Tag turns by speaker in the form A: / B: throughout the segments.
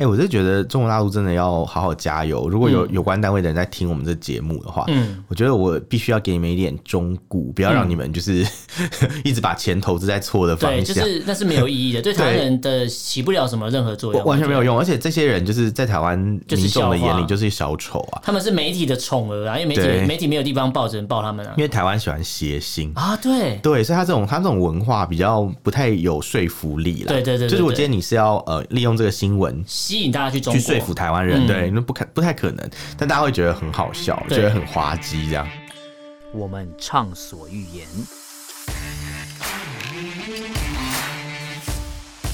A: 哎、我是觉得中国大陆真的要好好加油。如果有、有关单位的人在听我们这节目的话，
B: 嗯，
A: 我觉得我必须要给你们一点忠告，不要让
B: 嗯
A: 你们就是、 一直把钱投资在错的方
B: 对，
A: 向，
B: 就是那是没有意义的，对台湾人的起不了什么任何作
A: 我
B: 用，
A: 完全没有。用。而且这些人就是在台湾
B: 就是
A: 民众的
B: 笑话
A: 眼里就是小丑啊，
B: 他们是媒体的宠儿啊，因为媒
A: 对
B: 体媒体没有地方报，只能报他们啊
A: 因。为台湾喜欢谐星。
B: 啊，对，
A: 对，所以他这种他这种文化比较不太有说服力啦。
B: 对对对对
A: 就是我
B: 对
A: 今天你是要呃利用这个新闻
B: 吸引大家去中
A: 去
B: 国，
A: 说服台湾人，
B: 嗯
A: 对，那不可不太可能，但大家会觉得很好笑，
B: 对
A: 觉得很滑稽这样。
C: 我们畅所欲言；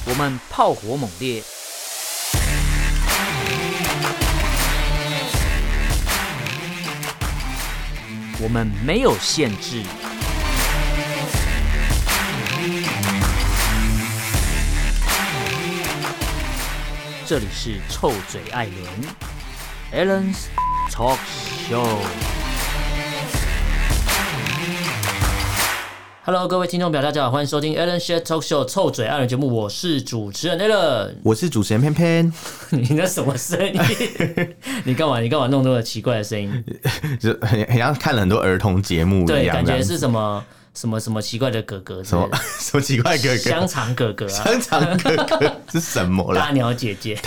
C: 我们炮火猛烈；我们没有限制。这里是臭嘴艾伦 a l l e n s Talk Show。
B: Hello，各位听众朋友，大家好，欢迎收听 Alan s h a r Talk Show 臭嘴爱人节目，我是主持人 Alan。
A: 我是主持人偏偏，
B: 你那什么声音？ 你干嘛？你干嘛弄那么奇怪的 声音？
A: 就很很像看了很多儿童节目一
B: 对，
A: 样，
B: 感
A: 这样
B: 觉是什么什么什么奇怪的哥哥之
A: 什
B: 类
A: 么
B: 的，
A: 什么奇怪哥
B: 香
A: 哥，
B: 肠哥哥 啊，
A: 香肠哥哥是什么
B: 大
A: 啦？
B: 鸟姐姐，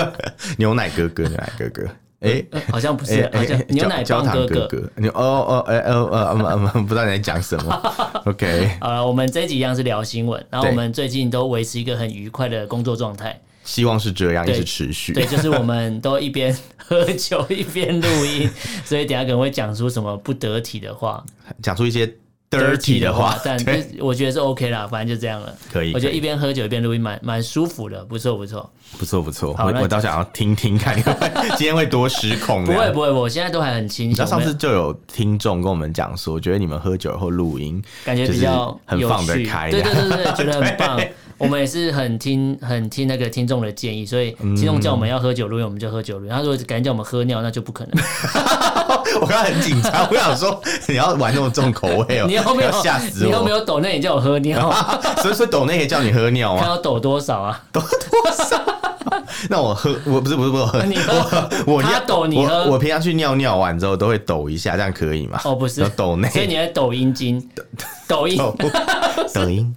A: 牛奶哥哥，牛奶哥哥，哎。
B: 呃好像不
A: 哎
B: 是，好像
A: 哎
B: 牛奶
A: 焦
B: 棒
A: 焦糖
B: 哥。
A: 哥，你哦哦哎哦呃嗯嗯，不知道你在讲什 么。OK，
B: 好了，我们这一集一样是聊新闻，然后
A: 对
B: 我们最近都维持一个很愉快的工作状态，
A: 希望是这样，一
B: 对
A: 直持续。
B: 对，就是我们都一边喝酒一边录音，所以等一下可能会讲出什么不得体的话、
A: 讲出一些 dirty 的话，
B: 但
A: 对
B: 就是我觉得是 OK 啦，反正就这样了。
A: 可以
B: 我觉
A: 可
B: 得
A: 以
B: 一边喝酒一边录音蛮蛮舒服的，不错不错。
A: 不错不错，
B: 好那
A: 我我倒想要听听 看，今天会多失控这
B: 不
A: 样。
B: 会不会，我现在都还很清
A: 你知
B: 醒
A: 道，上
B: 我
A: 次
B: 们
A: 就有听众跟我们讲说，觉得你们喝酒后录音
B: 感觉
A: 就
B: 比
A: 是
B: 较
A: 很
B: 有
A: 放得
B: 趣
A: 开，
B: 对对
A: 这样
B: 对对，觉得很棒。我们也是很听很听那个听众的建议，所以
A: 嗯
B: 听众叫我们要喝酒录音，我们就喝酒录音。他如果敢叫我们喝尿，那就不可能。
A: 我刚才很紧张，我想说你要玩那么重口味哦，
B: 你有没有
A: 要 吓死
B: 你有没
A: 我？
B: 有抖那你叫我喝 尿？
A: 所以说抖内可以叫你喝尿
B: 看
A: 啊，
B: 要抖多少啊？
A: 那我喝我不是不是不是我喝
B: 你喝
A: 我我
B: 他
A: 尿
B: 抖你喝
A: 我我平常去尿尿完之后都会抖一下，这样可以吗？
B: 哦，不是
A: 要抖内，
B: 所以你在抖阴茎，抖音。
A: 抖抖音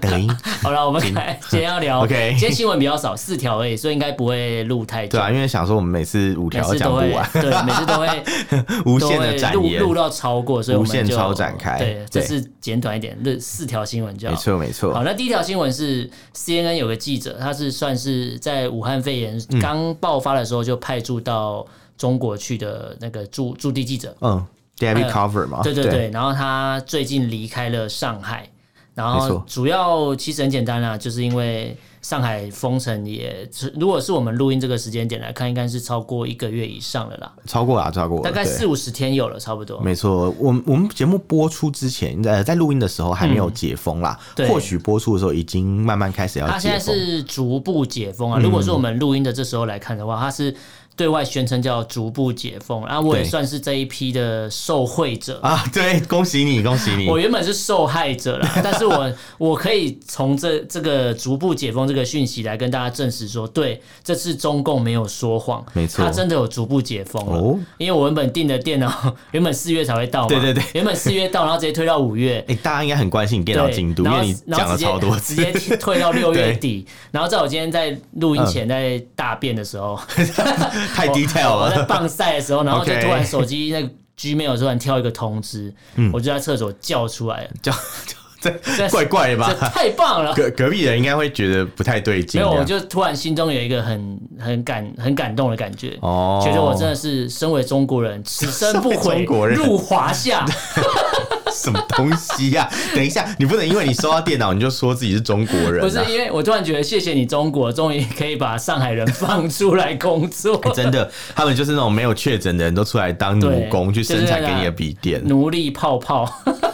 A: 抖音。
B: 好了，我们来今天要 聊
A: OK
B: 今天新闻比较少，四条而已，所以应该不会录太久。
A: 对啊，因为想说我们每次五
B: 每
A: 啊条
B: 次
A: 讲
B: 都
A: 不
B: 会
A: 完，
B: 对，每次都会
A: 无
B: 都
A: 限的
B: 会
A: 展
B: 录
A: 延，
B: 录到超过，所以我
A: 无
B: 们
A: 限
B: 就
A: 超展开
B: 对，这
A: 对
B: 次简短一点，这四条新闻就好
A: 没。错没错
B: 好，。那第一条新闻是 CNN 有个记者，他是算是在武汉肺炎
A: 嗯
B: 刚爆发的时候就派驻到中国去的那个驻驻地记者，
A: 嗯，David
B: 呃
A: Cover 嘛，
B: 对对对，然后他最近离开了上海，然
A: 没
B: 后
A: 错
B: 主要其实很简单啦、啊就是因为上海封城也，如果是我们录音这个时间点来看，应该是超过一个月以上了啦，
A: 超过啊，超过了，
B: 大概
A: 对
B: 四。五十天有了，差不多。
A: 没错，我们我们节目播出之前，呃，在录音的时候还没有解封啦，
B: 嗯对
A: 或许播出的时候已经慢慢开始要
B: 他现
A: 解
B: 在
A: 封。
B: 是逐步解封
A: 嗯
B: 啊。如果是我们录音的这时候来看的话，他是对外宣称叫逐步解封，啊，我也
A: 对
B: 算是这一批的受惠者。
A: 啊，对，恭喜你，恭喜你
B: 我！原本是受害 者啦，但是我我可以从这这个逐步解封这个讯息来跟大家证实说，对，这次中共没有说谎，
A: 没错
B: 他真的有逐步解封了。
A: 哦
B: 因为我原本订的电脑 原本四月才会到嘛，
A: 对对对
B: 原本四月到，然后直接推到五月，
A: 哎、大家应该很关心你电脑
B: 对，
A: 进度，因
B: 然后
A: 为你
B: 然
A: 讲
B: 后
A: 了
B: 直
A: 超
B: 接
A: 多
B: 直
A: 次。
B: 接退到 六月
A: 对嗯
B: 底。然后在我今天在录音前在大便的时候，
A: 太 detail
B: 我在
A: 了。
B: 棒赛的时候，然后就
A: OK 嗯
B: 突然手机那个 Gmail 突然跳一个通知，我就在厕所叫出来了，
A: 这样这怪怪的
B: 这
A: 吧？
B: 太 棒了！
A: 隔隔壁人应该会觉得不太对劲啊
B: 没
A: 这
B: 有，
A: 样。
B: 我就突然心中有一个很很感很感动的感觉，
A: 哦
B: 觉得我真的是身为中国人，此生不
A: 身为 中
B: 悔
A: 国人啊
B: 入华夏。
A: 什么东西呀、 等一下，你不能因为你收到电脑你就说自己是中国人、啊，
B: 不是因为我突然觉得，谢谢你中国，终于可以把上海人放出来工 作。
A: 欸真的，他们就是那种没有确诊的人都出来当奴
B: 对
A: 工去生产
B: 就是那
A: 给
B: 个
A: 你的笔电，
B: 奴隶泡泡，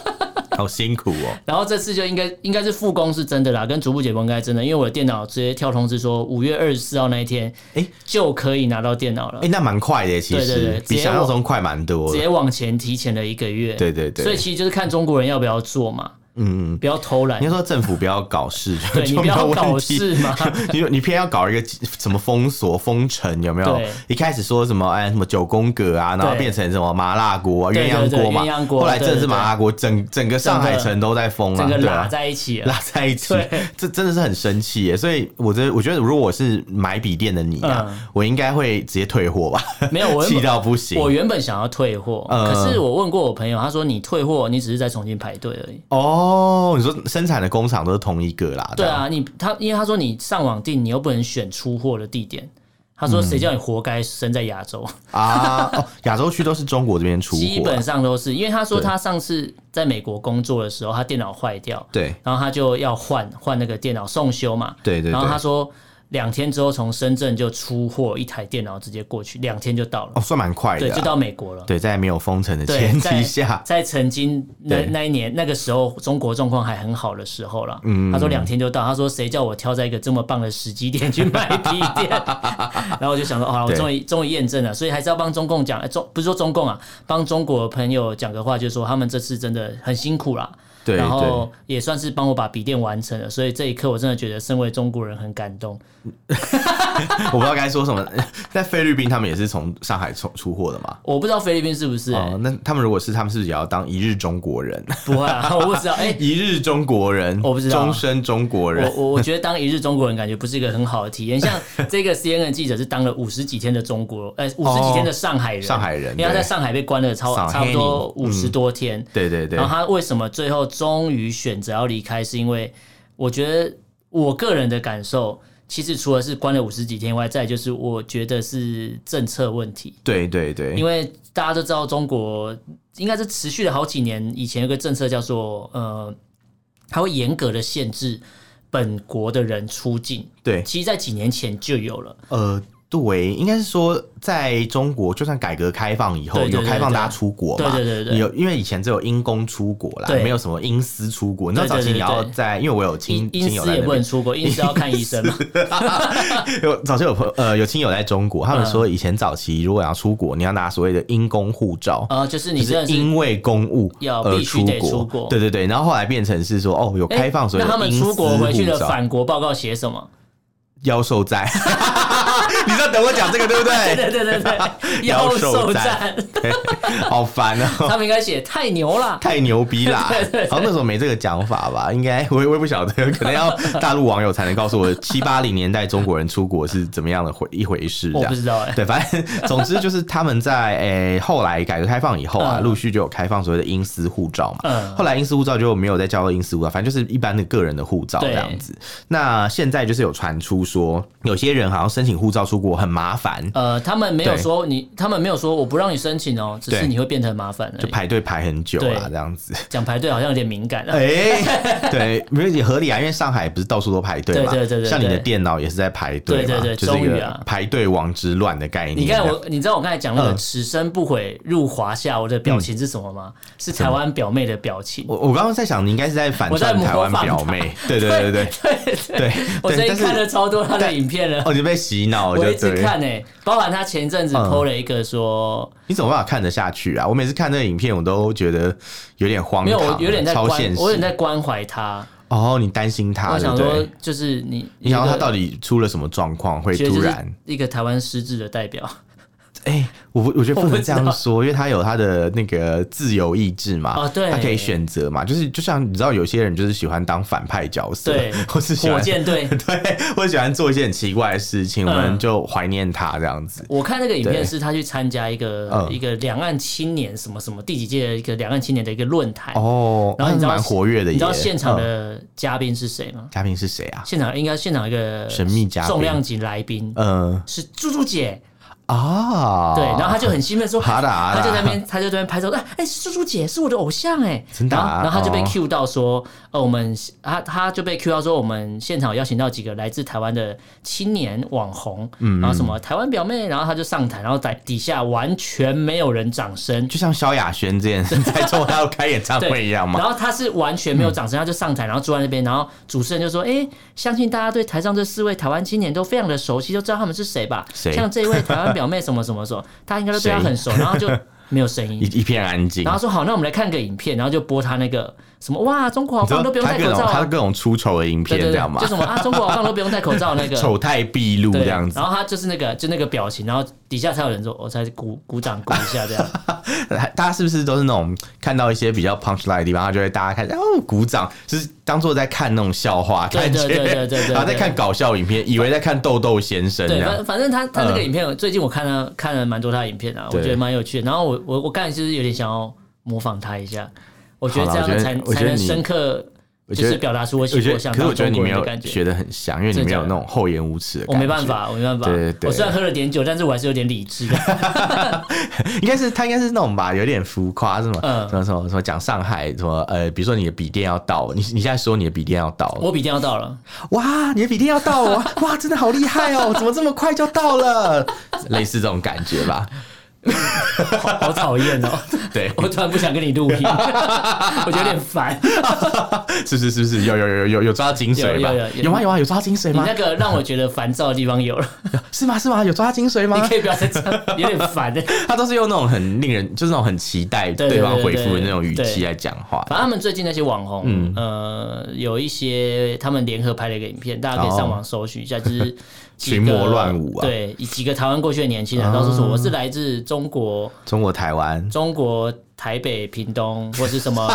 A: 好辛苦哦。
B: 然后这次就应该应该是复工是真的啦，跟逐步解封应该真的，因为我的电脑直接跳通知说五月二十四号那一天，
A: 诶
B: 就可以拿到电脑了，
A: 哎哎、那蛮快的耶，其实
B: 对对对
A: 比
B: 直接
A: 想象
B: 往
A: 中快蛮多
B: 直
A: 的。
B: 接往前提前了一个月，
A: 对对对
B: 所以其实就是看中国人要不要做嘛，嗯，不要偷懒
A: 你，要说政府不要搞事，就
B: 对你
A: 就
B: 不
A: 没
B: 要
A: 有问
B: 搞
A: 题。
B: 事嘛。
A: 你你偏要搞一个什么封锁封城有没有
B: 对？
A: 一开始说什么哎什么九宫格啊，然后
B: 对
A: 变成什么麻辣锅、啊、
B: 对
A: 鸳鸯
B: 对对
A: 锅嘛
B: 鸳鸯，锅
A: 后来真的
B: 对
A: 是
B: 对
A: 麻辣锅，整整个上海城都在封了、
B: 整
A: 啊，
B: 个
A: 对
B: 拉
A: 啊。
B: 在一起了，
A: 拉在一起
B: 对，
A: 这真的是很生气耶！所以我这我觉得，如果我是买笔电的你啊，
B: 嗯
A: 我应该会直接退货吧，
B: 没有我原
A: 气
B: 本
A: 到不行。
B: 我原本想要退货，
A: 嗯
B: 可是我问过我朋友，他说你退货，你只是在重新排队而已。
A: 哦，你说生产的工厂都是同一个啦？
B: 对
A: 这样，
B: 啊，你他因为他说你上网订，你又不能选出货的地点。他
A: 嗯
B: 说：“谁叫你活该生在亚洲？
A: 啊，哦，亚洲区都是中国这边出
B: 基
A: 货啊，
B: 本上都是，因为他说
A: 对
B: 他上次在美国工作的时候，他电脑坏掉，
A: 对
B: 然后他就要换换那个电脑送修嘛。
A: 对对对
B: 然后他说两天之后从深圳就出货一台电脑，直接过去，两天就到了，
A: 哦，算蛮快的
B: 对，
A: 啊，
B: 就到美国了。
A: 对，在没有封城的
B: 对
A: 前
B: 在
A: 提下，
B: 在曾经那
A: 对嗯
B: 那一年那个时候，中国状况还很好的时候了。他说两天就到，他说谁叫我挑在一个这么棒的时机点去买皮 店？然后我就想说，好，我
A: 对
B: 终于终于验证了，所以还是要帮中共讲，哎中不是说中共啊，帮中国朋友讲个话，就是说他们这次真的很辛苦啦。
A: 对
B: 然
A: 对
B: 后，也算是帮我把笔电完成了，所以这一刻我真的觉得身为中国人很感动。
A: 我不知道该说什么。在菲律宾，他们也是从上海出出货的嘛？
B: 我不知道菲律宾是不是、哎
A: 哦，那他们如果是，他们是不是也要当一日中国人？
B: 不会啊，我不知道。哎、
A: 一日中国人，
B: 我不知道
A: 终身中国人
B: 我。我我觉得当一日中国人感觉不是一个很好的体验。 像这个 CNN 记者是当了五十几天的中国，呃，五十几天的上海人，
A: 哦上海人
B: 因为他
A: 对
B: 在上海被关了超
A: 上海
B: 差不多
A: 嗯
B: 五十多天。
A: 对对对
B: 然，后他为什么最后终于选择要离开？是因为我觉得我个人的感受，其实除了是关了五十几天外，再来就是我觉得是政策问题。
A: 对对对，
B: 因
A: 为
B: 为大家都知道，中国应该是持续了好几年。以前有个政策叫做呃，它会严格的限制本国的人出境。
A: 对
B: 其实，在几年前就有了，
A: 呃。对，应该是说，在中国，就算改革开放以后，
B: 对对对
A: 有开放
B: 对
A: 大家出国嘛？
B: 对对对对对
A: 有，因为以前只有因公出国啦，
B: 对
A: 没有什么因私出国。你知道
B: 对对
A: 早期
B: 对
A: 你要
B: 对
A: 在，因为我有
B: 因
A: 亲
B: 因
A: 亲友
B: 私
A: 在
B: 也
A: 那
B: 不
A: 边
B: 能，出国，因私要看医 生嘛。
A: 有早期有朋呃有亲友在中国，他
B: 嗯
A: 们说以前早期如果要出国，你要拿所谓的因公护照。
B: 呃，就是你
A: 就
B: 真
A: 是
B: 的是。
A: 因为公务
B: 要
A: 而
B: 必须
A: 出
B: 得
A: 国，
B: 出国
A: 对对对，然后后来变成是说，哦，有
B: 哎
A: 开放所谓
B: 那
A: 的
B: 他们
A: 因
B: 出国
A: 私
B: 回去
A: 护
B: 的
A: 照
B: 返国报告写 什么？
A: 妖兽在， 你在等我讲这个对不
B: 对
A: 对？
B: 对对 对对，
A: 妖
B: 妖
A: 兽
B: 兽
A: 战
B: 战，
A: 好烦哦。
B: 他们应该写太牛了。
A: 太牛逼啦！好，那时候没这个讲法吧？应该我也我也不晓得，可能要大陆网友才能告诉我，七八零年代中国人出国是怎么样的回一回事。这
B: 我
A: 样
B: 不知道哎、
A: 对，反正总之就是他们在 诶、后来改革开放以后啊，
B: 嗯
A: 陆续就有开放所谓的英私护照嘛。
B: 嗯
A: 后来英私护照就没有再叫做英私护照，反正就是一般的个人的护照
B: 对
A: 这样子。那现在就是有传出说，有些人好像申请护照出国很麻烦，
B: 呃，他们没有
A: 对
B: 说你，他们没有说我不让你申请哦，只是
A: 对
B: 你会变得很麻烦而
A: 就
B: 已。
A: 排队排很久啦
B: 对
A: 这样子。
B: 讲排队好像有点敏感啊。
A: 哎、 对，因为也合理啊，因为上海不是到处都排队嘛，
B: 对对对对
A: 像你的
B: 对
A: 电脑也是在排队嘛，
B: 对对对
A: 就是一
B: 终于
A: 个
B: 啊
A: 排队王之乱的概念。
B: 你看我，你知道我刚才讲那个“
A: 嗯
B: 此生不悔入华夏”，我的表情是什么吗？是台湾表妹的表情。
A: 我我刚刚在想，你应该是在反
B: 我在
A: 串
B: 模
A: 台湾
B: 仿
A: 表
B: 他
A: 妹，嗯对对对对
B: 对，
A: 对对。
B: 我最近
A: 但是
B: 看了超多她的影片了，
A: 哦，你被洗脑，
B: 我
A: 就
B: 一直
A: 对
B: 看诶，包含她前一阵子
A: 嗯
B: PO 了一个说，
A: 你怎么办法看得下去啊？我每次看那个影片，我都觉得有点荒唐，
B: 没有，我有点在
A: 超
B: 关，
A: 现实。
B: 我有点在关怀她。
A: 哦，你担心他，对
B: 我
A: 不
B: 想说
A: 对？，
B: 就是你，
A: 你想说他
B: 一个
A: 到底出了什么状况，会
B: 觉得
A: 突
B: 就是
A: 然？
B: 一个台湾失智的代表，
A: 哎、我不我觉得不
B: 我不
A: 能
B: 知
A: 这样
B: 道
A: 说，因为他有他的那个自由意志嘛，
B: 哦对
A: 他可以选择嘛，就是就像你知道，有些人就是喜欢当反派角色，
B: 对
A: 或 是啊喜
B: 火
A: 欢
B: 箭队。
A: 对，或者喜欢做一些很奇怪的事情，我们
B: 嗯
A: 就怀念他这样子。
B: 我看那个影片
A: 对
B: 是他去参加一个、
A: 嗯
B: 一个两岸青年什么什么第几届的一个两岸青年的一个论坛，
A: 哦，
B: 然后你知道
A: 那蛮活跃的耶，
B: 你知道现场
A: 嗯、
B: 的嘉宾是谁吗？
A: 嘉宾是谁啊？
B: 现场应该现场有一个
A: 神秘嘉宾
B: 重量级来宾、
A: 嗯
B: 是猪猪姐，
A: 啊，
B: 对，然后他就很兴奋说，
A: 哈达哈达
B: 他就在那边，他就在那边拍照，哎、哎，猪猪姐是我的偶像哎、
A: 真的啊
B: 然后然后他就被
A: 哦
B: Q 到说，呃，我们他他就被 Q 到说，我们现场有邀请到几个来自台湾的青年网红，
A: 嗯
B: 然后什么台湾表妹，然后他就上台，然后在底下完全没有人掌声。
A: 就像萧亚轩这样 在中他要开演唱会一样嘛。
B: 然后他是完全没有掌声，他就上台，然后坐在那边，然后主持人就
A: 嗯
B: 说：“哎，相信大家对台上这四位台湾青年都非常的熟悉，都知道他们是谁吧？
A: 谁
B: 像这位台湾表妹什么什么什么，大家应该都对她
A: 谁
B: 很熟。”然后就没有声音，
A: 一一片安静
B: 然，后说好，那我们来看个影片，然后就播他那个什么哇，中国好
A: 知道
B: 棒都不用
A: 他
B: 戴
A: 各
B: 口
A: 种
B: 罩
A: 他
B: 啊，
A: 各种出丑的影片
B: 对对
A: 这
B: 对
A: 样，嘛
B: 就，什么啊，中国好棒都不用戴口罩那 个，
A: 丑态毕露
B: 对
A: 这样子
B: 然，后他就是那个就那个表情，然后底下才有人说，我、才鼓鼓掌鼓一下这样。
A: 还大家是不是都是那种看到一些比较 punch line 的地方，他就会大家开始哦鼓掌，就是当做在看那种笑话，
B: 对
A: 感觉
B: 对对对对对
A: 然后在看搞笑影片，以为在看豆豆先生这
B: 对，
A: 样
B: 反。反正他他那个
A: 嗯
B: 影片，最近我看了看了蛮多他的影片啊，我
A: 对
B: 觉得蛮有趣的。然后我我我刚才就是有点想要模仿他一下，我觉得
A: 好
B: 这
A: 啦
B: 样才
A: 我觉得我
B: 才
A: 觉得
B: 能
A: 你
B: 深刻，
A: 我
B: 就
A: 觉得
B: 是表达出我
A: 我觉
B: 我
A: 得，
B: 想
A: 可是我
B: 当
A: 觉得
B: 中
A: 你
B: 国
A: 没
B: 人的
A: 有
B: 感
A: 学
B: 觉。
A: 的很像，因为你
B: 真的
A: 没
B: 假
A: 有
B: 的
A: 那种厚颜无耻的。
B: 我没办，法，我没办法。
A: 对对对
B: 我虽然喝了点酒，但是我还是有点 理智的。
A: 应该是他应该是那种吧，有点浮夸，是吗？
B: 嗯
A: 什么什么什么讲上海什么呃，比如说你的笔电要到，你你现在说你的笔电要到了，
B: 我笔电要到了，
A: 哇，你的笔电要到了，哇哇，真的好厉害哦，怎么这么快就到了？ 类似这种感觉吧，
B: 好好讨厌哦！
A: 对，
B: 我突然不想跟你 录音，我觉得有点烦。
A: 是不是是不是有有有有有抓到精髓吧？
B: 有有有有
A: 有吗有啊有抓到精髓
B: 你
A: 吗
B: 那？个让我觉得烦躁的地方有了，
A: 是吗是吗有抓到精髓
B: 你
A: 吗
B: 可？以不要再这样，有点烦欸
A: 他都是用那种很令人就是那种很期待
B: 对对
A: 对方
B: 对
A: 回
B: 对
A: 复的那种语
B: 对
A: 气来讲话。
B: 反正他们最近那些网红，
A: 嗯
B: 呃，有一些他们联合拍了一个影片，大家可以上网搜寻一下， 就是几
A: 群
B: 个
A: 魔乱舞啊
B: 对，以几个台湾过去的年轻人，到处说我是来自中国，
A: 中国台湾
B: 中国台北、屏东或是 什么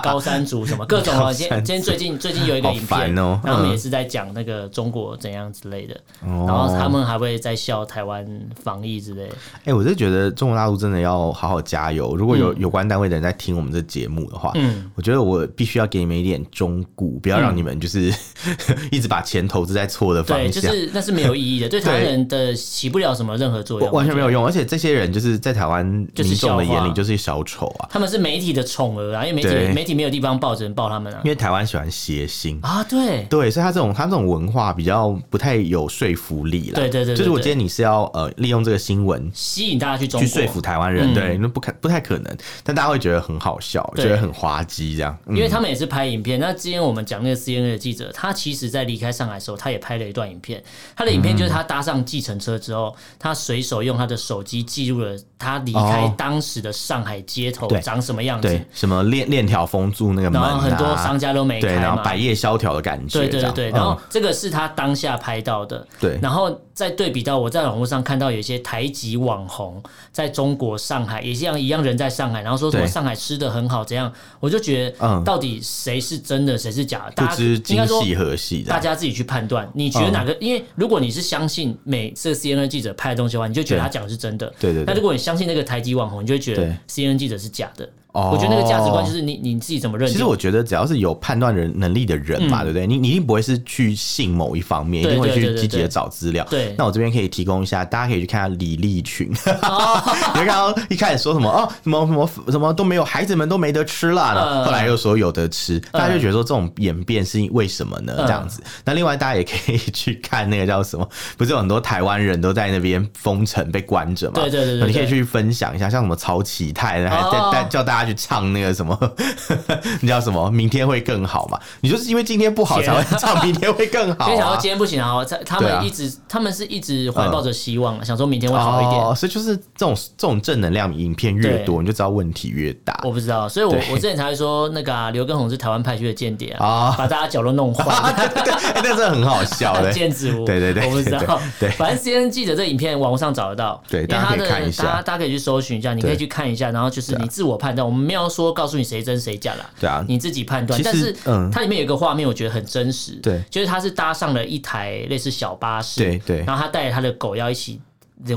B: 高山族什么各种啊。今天今天最近最近有一个影
A: 好
B: 片，
A: 烦哦嗯
B: 然后他们也是在讲那个中国怎样之类的，
A: 哦
B: 然后他们还会在笑台湾防疫之类的。
A: 哎、我是觉得中国大陆真的要好好加油。如果有、有关单位的人在听我们这节目的话，
B: 嗯
A: 我觉得我必须要给你们一点忠顾，不要让你们就是、 一直把钱投资在错的方
B: 嗯对，
A: 向，
B: 就是那是没有意义的，对台湾人的起不了什么任何作
A: 完
B: 用，
A: 完全没有用。而且这些人就是在台湾
B: 就是
A: 民众的
B: 笑话
A: 眼里就是小丑啊，
B: 他们是媒体的宠儿啊，因为媒
A: 对
B: 体媒体没有地方报，只能报他们啊
A: 因。为台湾喜欢谐星。
B: 啊，对，
A: 对，所以他这种他这种文化比较不太有说服力啦。
B: 对对对对
A: 就是我
B: 对
A: 今天你是要呃利用这个新闻
B: 吸引大家去中
A: 去
B: 国，
A: 说服台湾人，
B: 嗯
A: 对，那不可不太可能，但大家会觉得很好笑，
B: 对
A: 觉得很滑稽这样。嗯
B: 因为他们也是拍影片。那之前我们讲那个 CNN 的记者，他其实在离开上海的时候，他也拍了一段影片。他的影片就是他搭上计程车之后，他随手用他的手机记录了他离开
A: 哦
B: 当时的上海街头
A: 对
B: 长什么样子
A: 对，，什么链链条封住那个门、
B: 然
A: 啊，
B: 后很多商家都没
A: 对，
B: 开
A: 然
B: 嘛
A: 后。百业萧条的感觉，
B: 对对
A: 这
B: 对
A: 样
B: 对，
A: 嗯
B: 然后这个是他当下拍到的，
A: 对
B: 然后再对比到我在网络上看到有一些台籍网红在中国上海也一样一样人在上海，然后说什么
A: 对
B: 上海吃的很好怎样，我就觉得
A: 嗯
B: 到底谁是真的谁是假的，
A: 不
B: 大家
A: 知
B: 应
A: 今
B: 该说
A: 夕何啊嗯夕这
B: 大
A: 样，
B: 家自己去判断，你觉得哪个？因为如果你是相信每次 CNN 记者拍的东西的话，你就觉得
A: 对
B: 他讲的是真的。
A: 对对对
B: 那如果你相信那个台籍网红，你就会觉得
A: 对
B: CNN 记者是假的。
A: 哦
B: 我觉得那个价值观就是你你自己怎么认定。
A: 其实我觉得，只要是有判断人能力的人嘛，对不对？你你一定不会是去信某一方面，一
B: 对
A: 定会
B: 对对
A: 去
B: 对
A: 积极
B: 对
A: 的找资料。
B: 对
A: 那我这边可以提供一下，大家可以去看下李立群， 你
B: 哦
A: 会看到一开始说什么哦，什么什么什么都没有，孩子们都没得吃啦，然
B: 嗯
A: 后后来又说有得吃，大家就觉得说这种演变是为什么呢？
B: 嗯
A: 这样子。那另外大家也可以去看那个叫什么，不是有很多台湾人都在那边封城被关着嘛？
B: 对对对对
A: 你可以
B: 对
A: 去分享一下，像什么曹启泰，还在
B: 哦
A: 带叫大家去唱那个什么， 你叫什么？明天会更好嘛？你就是因为今天不好才会唱，明天会更好、
B: 因为想到
A: 啊。
B: 今天不行啊，他他
A: 对啊嗯
B: 们一直、他们是一直怀抱着希望，想说明天会好一点。
A: 哦，所以就是这种这种正能量影片越
B: 对
A: 多，你就知道问题越大。
B: 我不知道，所以我
A: 对
B: 我之前才会说那个啊刘、根红是台湾派去的间谍啊
A: 啊，
B: 把大家脚都弄坏。
A: 对对对， 哎那真的很好笑的。
B: 毽子屋，
A: 对对对
B: 我不知道。
A: 对对对
B: 反正 CNN 记者这影片网络上找得到，
A: 对
B: 因为
A: 大家
B: 他的
A: 可以看一下啊
B: 大家大家可以去搜寻一下，你可以去看一下，然后就是你自我判断，我们没有说告诉你谁真谁假啦，
A: 对啊
B: 你自己判断。
A: 其实
B: 但是
A: 嗯
B: 它里面有一个画面，我觉得很真实，
A: 对
B: 就是他是搭上了一台类似小巴士，
A: 对对
B: 然后他带着他的狗要一起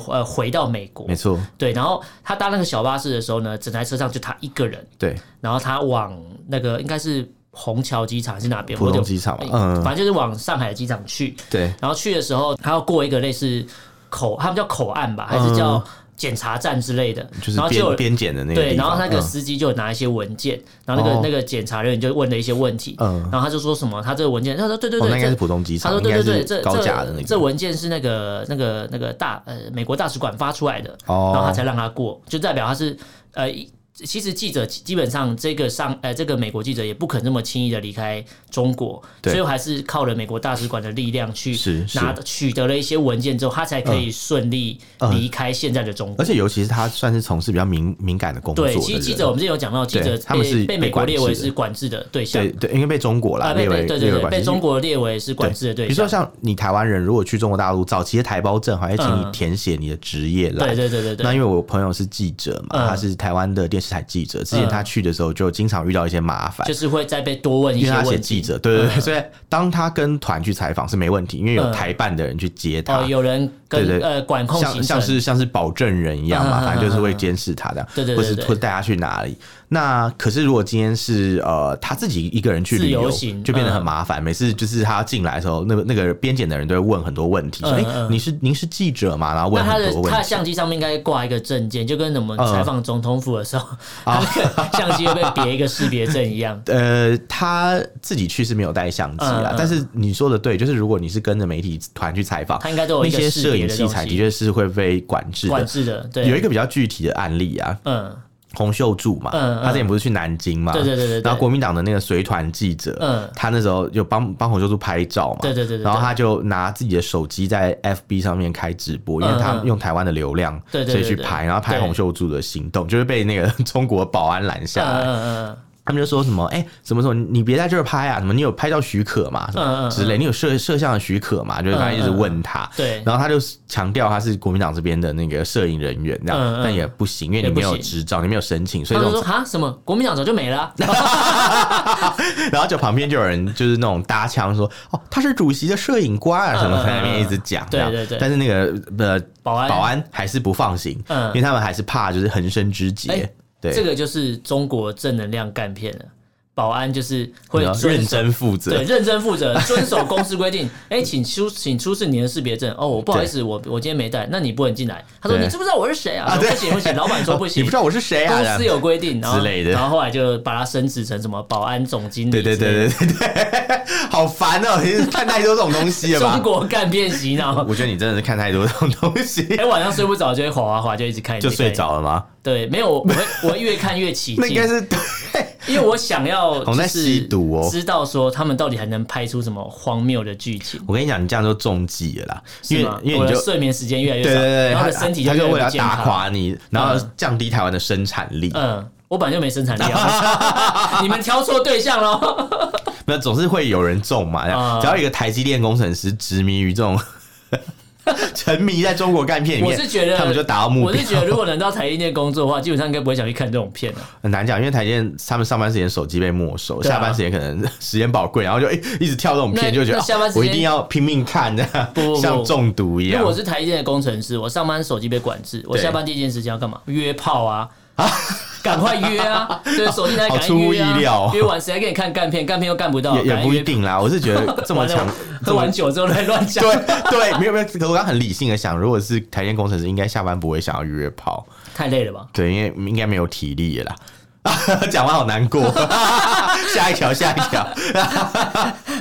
B: 呃回到美国
A: 没，错，
B: 对，然后他搭那个小巴士的时候呢，整台车上就他一个人，
A: 对，
B: 然后他往那个应该是虹桥机场还是哪边？
A: 浦东
B: 我有点
A: 机场嘛嗯
B: 反正就是往上海的机场去。
A: 对，
B: 然后去的时候，他要过一个类似口，他们叫口岸吧，还是叫检查站之类的，
A: 嗯就是
B: 然后就有
A: 边边检的那个
B: 对，
A: 地
B: 然后
A: 方。
B: 那个
A: 嗯
B: 司机就有拿一些文件，然后那个、
A: 哦
B: 那个检查人员就问了一些问题，
A: 嗯
B: 然后他就说什么，他这个文件，他说对对
A: 哦
B: 对，
A: 那应该
B: 这
A: 是浦东机场
B: 他说对
A: 应该
B: 对
A: 是
B: 对，这
A: 高
B: 这
A: 架的那个
B: 这文件是那个那个那个大呃美国大使馆发出来的，
A: 哦
B: 然后他才让他过，就代表他是呃。一其实记者基本上这个上呃这个美国记者也不肯这么轻易的离开中国，
A: 对
B: 所以还是靠了美国大使馆的力量去
A: 是是
B: 拿取得了一些文件之后，他才可以顺利
A: 嗯
B: 离开现在的中国。
A: 而且尤其是他算是从事比较敏敏感的工作的
B: 对，
A: 人，
B: 其实记者我们之前有讲到，记者
A: 对他们
B: 被
A: 是
B: 被
A: 被
B: 美国
A: 管制
B: 列为
A: 的
B: 是管制的对象
A: 对，对，因为被中国啦
B: 啊，被
A: 列
B: 被
A: 为
B: 对对
A: 列为
B: 对，
A: 管制
B: 被中国列为是管制的
A: 比
B: 对
A: 如说
B: 象。
A: 像你台湾人，如果去中国大陆，早期的台胞证还会请
B: 嗯
A: 你填写你的职业栏。
B: 对对对对对
A: 那，因为我朋友是记者嘛，
B: 嗯
A: 他是台湾的电视台记者，之前他去的时候就经常遇到一些麻烦
B: 就。是会再被多问一
A: 因
B: 些
A: 为他写
B: 问
A: 记
B: 题。哦
A: 者，对对对，所以当他跟团去采访是没问题，因为有
B: 嗯
A: 台办的人去接他
B: 哦，，有人跟
A: 对对
B: 呃管控行
A: 像像
B: 程，
A: 是像是保证人一样
B: 嗯嗯
A: 嘛，
B: 嗯
A: 反正就是
B: 嗯
A: 会
B: 嗯
A: 监视他这样，
B: 对对对
A: 或是
B: 对
A: 或是带他去哪里。那可是如果今天是呃他自己一个人去旅
B: 自由
A: 游
B: 行，
A: 就变得
B: 嗯
A: 很麻烦。每次就是他进来的时候，那个那个边检的人都会问很多问题，说
B: 嗯
A: 哎
B: 嗯，
A: 你是您是记者嘛？然后
B: 那
A: 问
B: 他
A: 很
B: 的
A: 多问
B: 他的
A: 题。
B: 相机上面应该挂一个证件，就跟我们
A: 嗯。
B: 采访总统府的时候，他 那个相机会被别一个识别证一样
A: 呃，他自己去是没有带相机啦，
B: 嗯嗯
A: 但是你说的对，就是如果你是跟着媒体团去采访，
B: 他应该都有
A: 那
B: 一个
A: 些
B: 识
A: 摄
B: 别
A: 影
B: 的
A: 器
B: 东
A: 材的
B: 西，
A: 确是会被管制
B: 管
A: 的。
B: 制的，对，
A: 有一个比较具体的案例啊，
B: 嗯，
A: 洪秀柱嘛，
B: 嗯嗯
A: 他之前不是去南京嘛，
B: 对对对对对
A: 然后国民党的那个随团记者，
B: 嗯
A: 他那时候就帮帮洪秀柱拍照嘛，
B: 对对对对对嗯
A: 然后他就拿自己的手机在 FB 上面开直播，因为他
B: 嗯嗯
A: 用台湾的流量，
B: 对对对
A: 所以
B: 对
A: 去
B: 对
A: 拍，然后拍
B: 对
A: 洪秀柱的行动，就是被那个 中国保安拦下
B: 嗯
A: 来，
B: 嗯嗯
A: 他们就说什么，哎、什么什么，你别在这儿拍啊，什么你有拍照许可嘛，什
B: 嗯嗯
A: 么
B: 嗯
A: 之类，你有摄摄像的许可嘛，就是他一直问他，
B: 对
A: 然后他就强调他是国民党这边的那个摄影人员，这样，
B: 嗯嗯
A: 但也不行，因为
B: 也
A: 你没
B: 不
A: 有
B: 行
A: 执照，你没有申请，所
B: 他
A: 以这
B: 们
A: 种
B: 说哈什么国民党早就没 了啊，
A: 然后就旁边就有人就是那种搭腔说，哦，他是主席的摄影官啊，什么
B: 嗯嗯
A: 在那边一直讲
B: 嗯，
A: 这样
B: 对对对
A: 但是那个呃
B: 保安
A: 保安还是不放行，
B: 嗯
A: 因为他们还是怕就是横生枝节
B: 哎，
A: 对，
B: 这个就是中国正能量干片了。保安就是会
A: 你要
B: 遵
A: 认
B: 守
A: 真负
B: 对，
A: 责，
B: 认真负责， 遵守公司规定。哎、请出，请出示你的识别证。哦，我不好意思，我我今天没带，那你不能进来。他说
A: 对
B: 你知不知道我是谁啊？
A: 啊
B: 我
A: 对
B: 说不行不行，老板说不 行，
A: 你不知道我是谁啊？
B: 公司有规定，然后
A: 之类的
B: 然后后来就把他升职成什么保安总经理。
A: 对对对。对对对， 好烦哦！你是看太多这种东西了
B: 中
A: 吧？
B: 国干片洗脑，
A: 我觉得你真的是看太多这种东
B: 哎、
A: 西，
B: 晚上睡不着就会滑滑滑，就一直看，一直
A: 就
B: 看
A: 睡。着了吗？
B: 对，没有，我会我会越看越起
A: 那应该
B: 劲，
A: 是
B: 因为我想要
A: 好
B: 就
A: 像在
B: 是
A: 吸毒哦。
B: 知道说他们到底还能拍出什么荒谬的剧情
A: 我跟你讲，你这样就中计了啦，因
B: 是吗
A: 为因为
B: 我
A: 你
B: 的
A: 就
B: 睡眠时间越来越
A: 对
B: 少，
A: 对对，
B: 然
A: 他
B: 后我的身体
A: 他
B: 越
A: 就
B: 来
A: 为
B: 越
A: 了
B: 不健
A: 打
B: 康。
A: 垮你，然后降低台湾的生产力，
B: 嗯，我本来就没生产力 啊，你们挑错对象喽。
A: 那总是会有人中嘛。
B: 嗯
A: 只要有一个台积电工程师执迷于这种 沉迷在中国干片里
B: 我
A: 面，
B: 是觉得
A: 他们就达到目
B: 我
A: 标
B: 是。觉得如果能到台积电工作的话，基本上应该不会想去看这种片的。啊
A: 很难讲，因为台积电他们上班时间手机被没收，
B: 对啊
A: 下班时间可能 时间宝贵，然后就一一直跳这种
B: 那
A: 片，就觉得
B: 那下班
A: 哦
B: 时间
A: 我一定要拼命看，这样
B: 不不 不
A: 像中毒一
B: 如
A: 样。
B: 果我是台积电的工程师，我上班手机被管制，我
A: 啊对
B: 下班第一件事情要干嘛？约 炮啊！赶快约啊！对，手机才赶
A: 好
B: 快
A: 出乎
B: 约啊！
A: 意料哦
B: 约完谁还给你看干片？干片又干哦不到，
A: 也也
B: 赶快
A: 不
B: 约
A: 一。定啦，我是觉 得这么
B: 完了
A: 强，
B: 喝
A: 这
B: 完
A: 么
B: 酒之后来 乱讲，
A: 对对，没有没有，可我刚刚很理性的想，如果是台电工程师，应该下班不会想要约炮，
B: 太累了吧？
A: 对，因为应该没有体力了啦。 讲完好难过， 下一条下一条，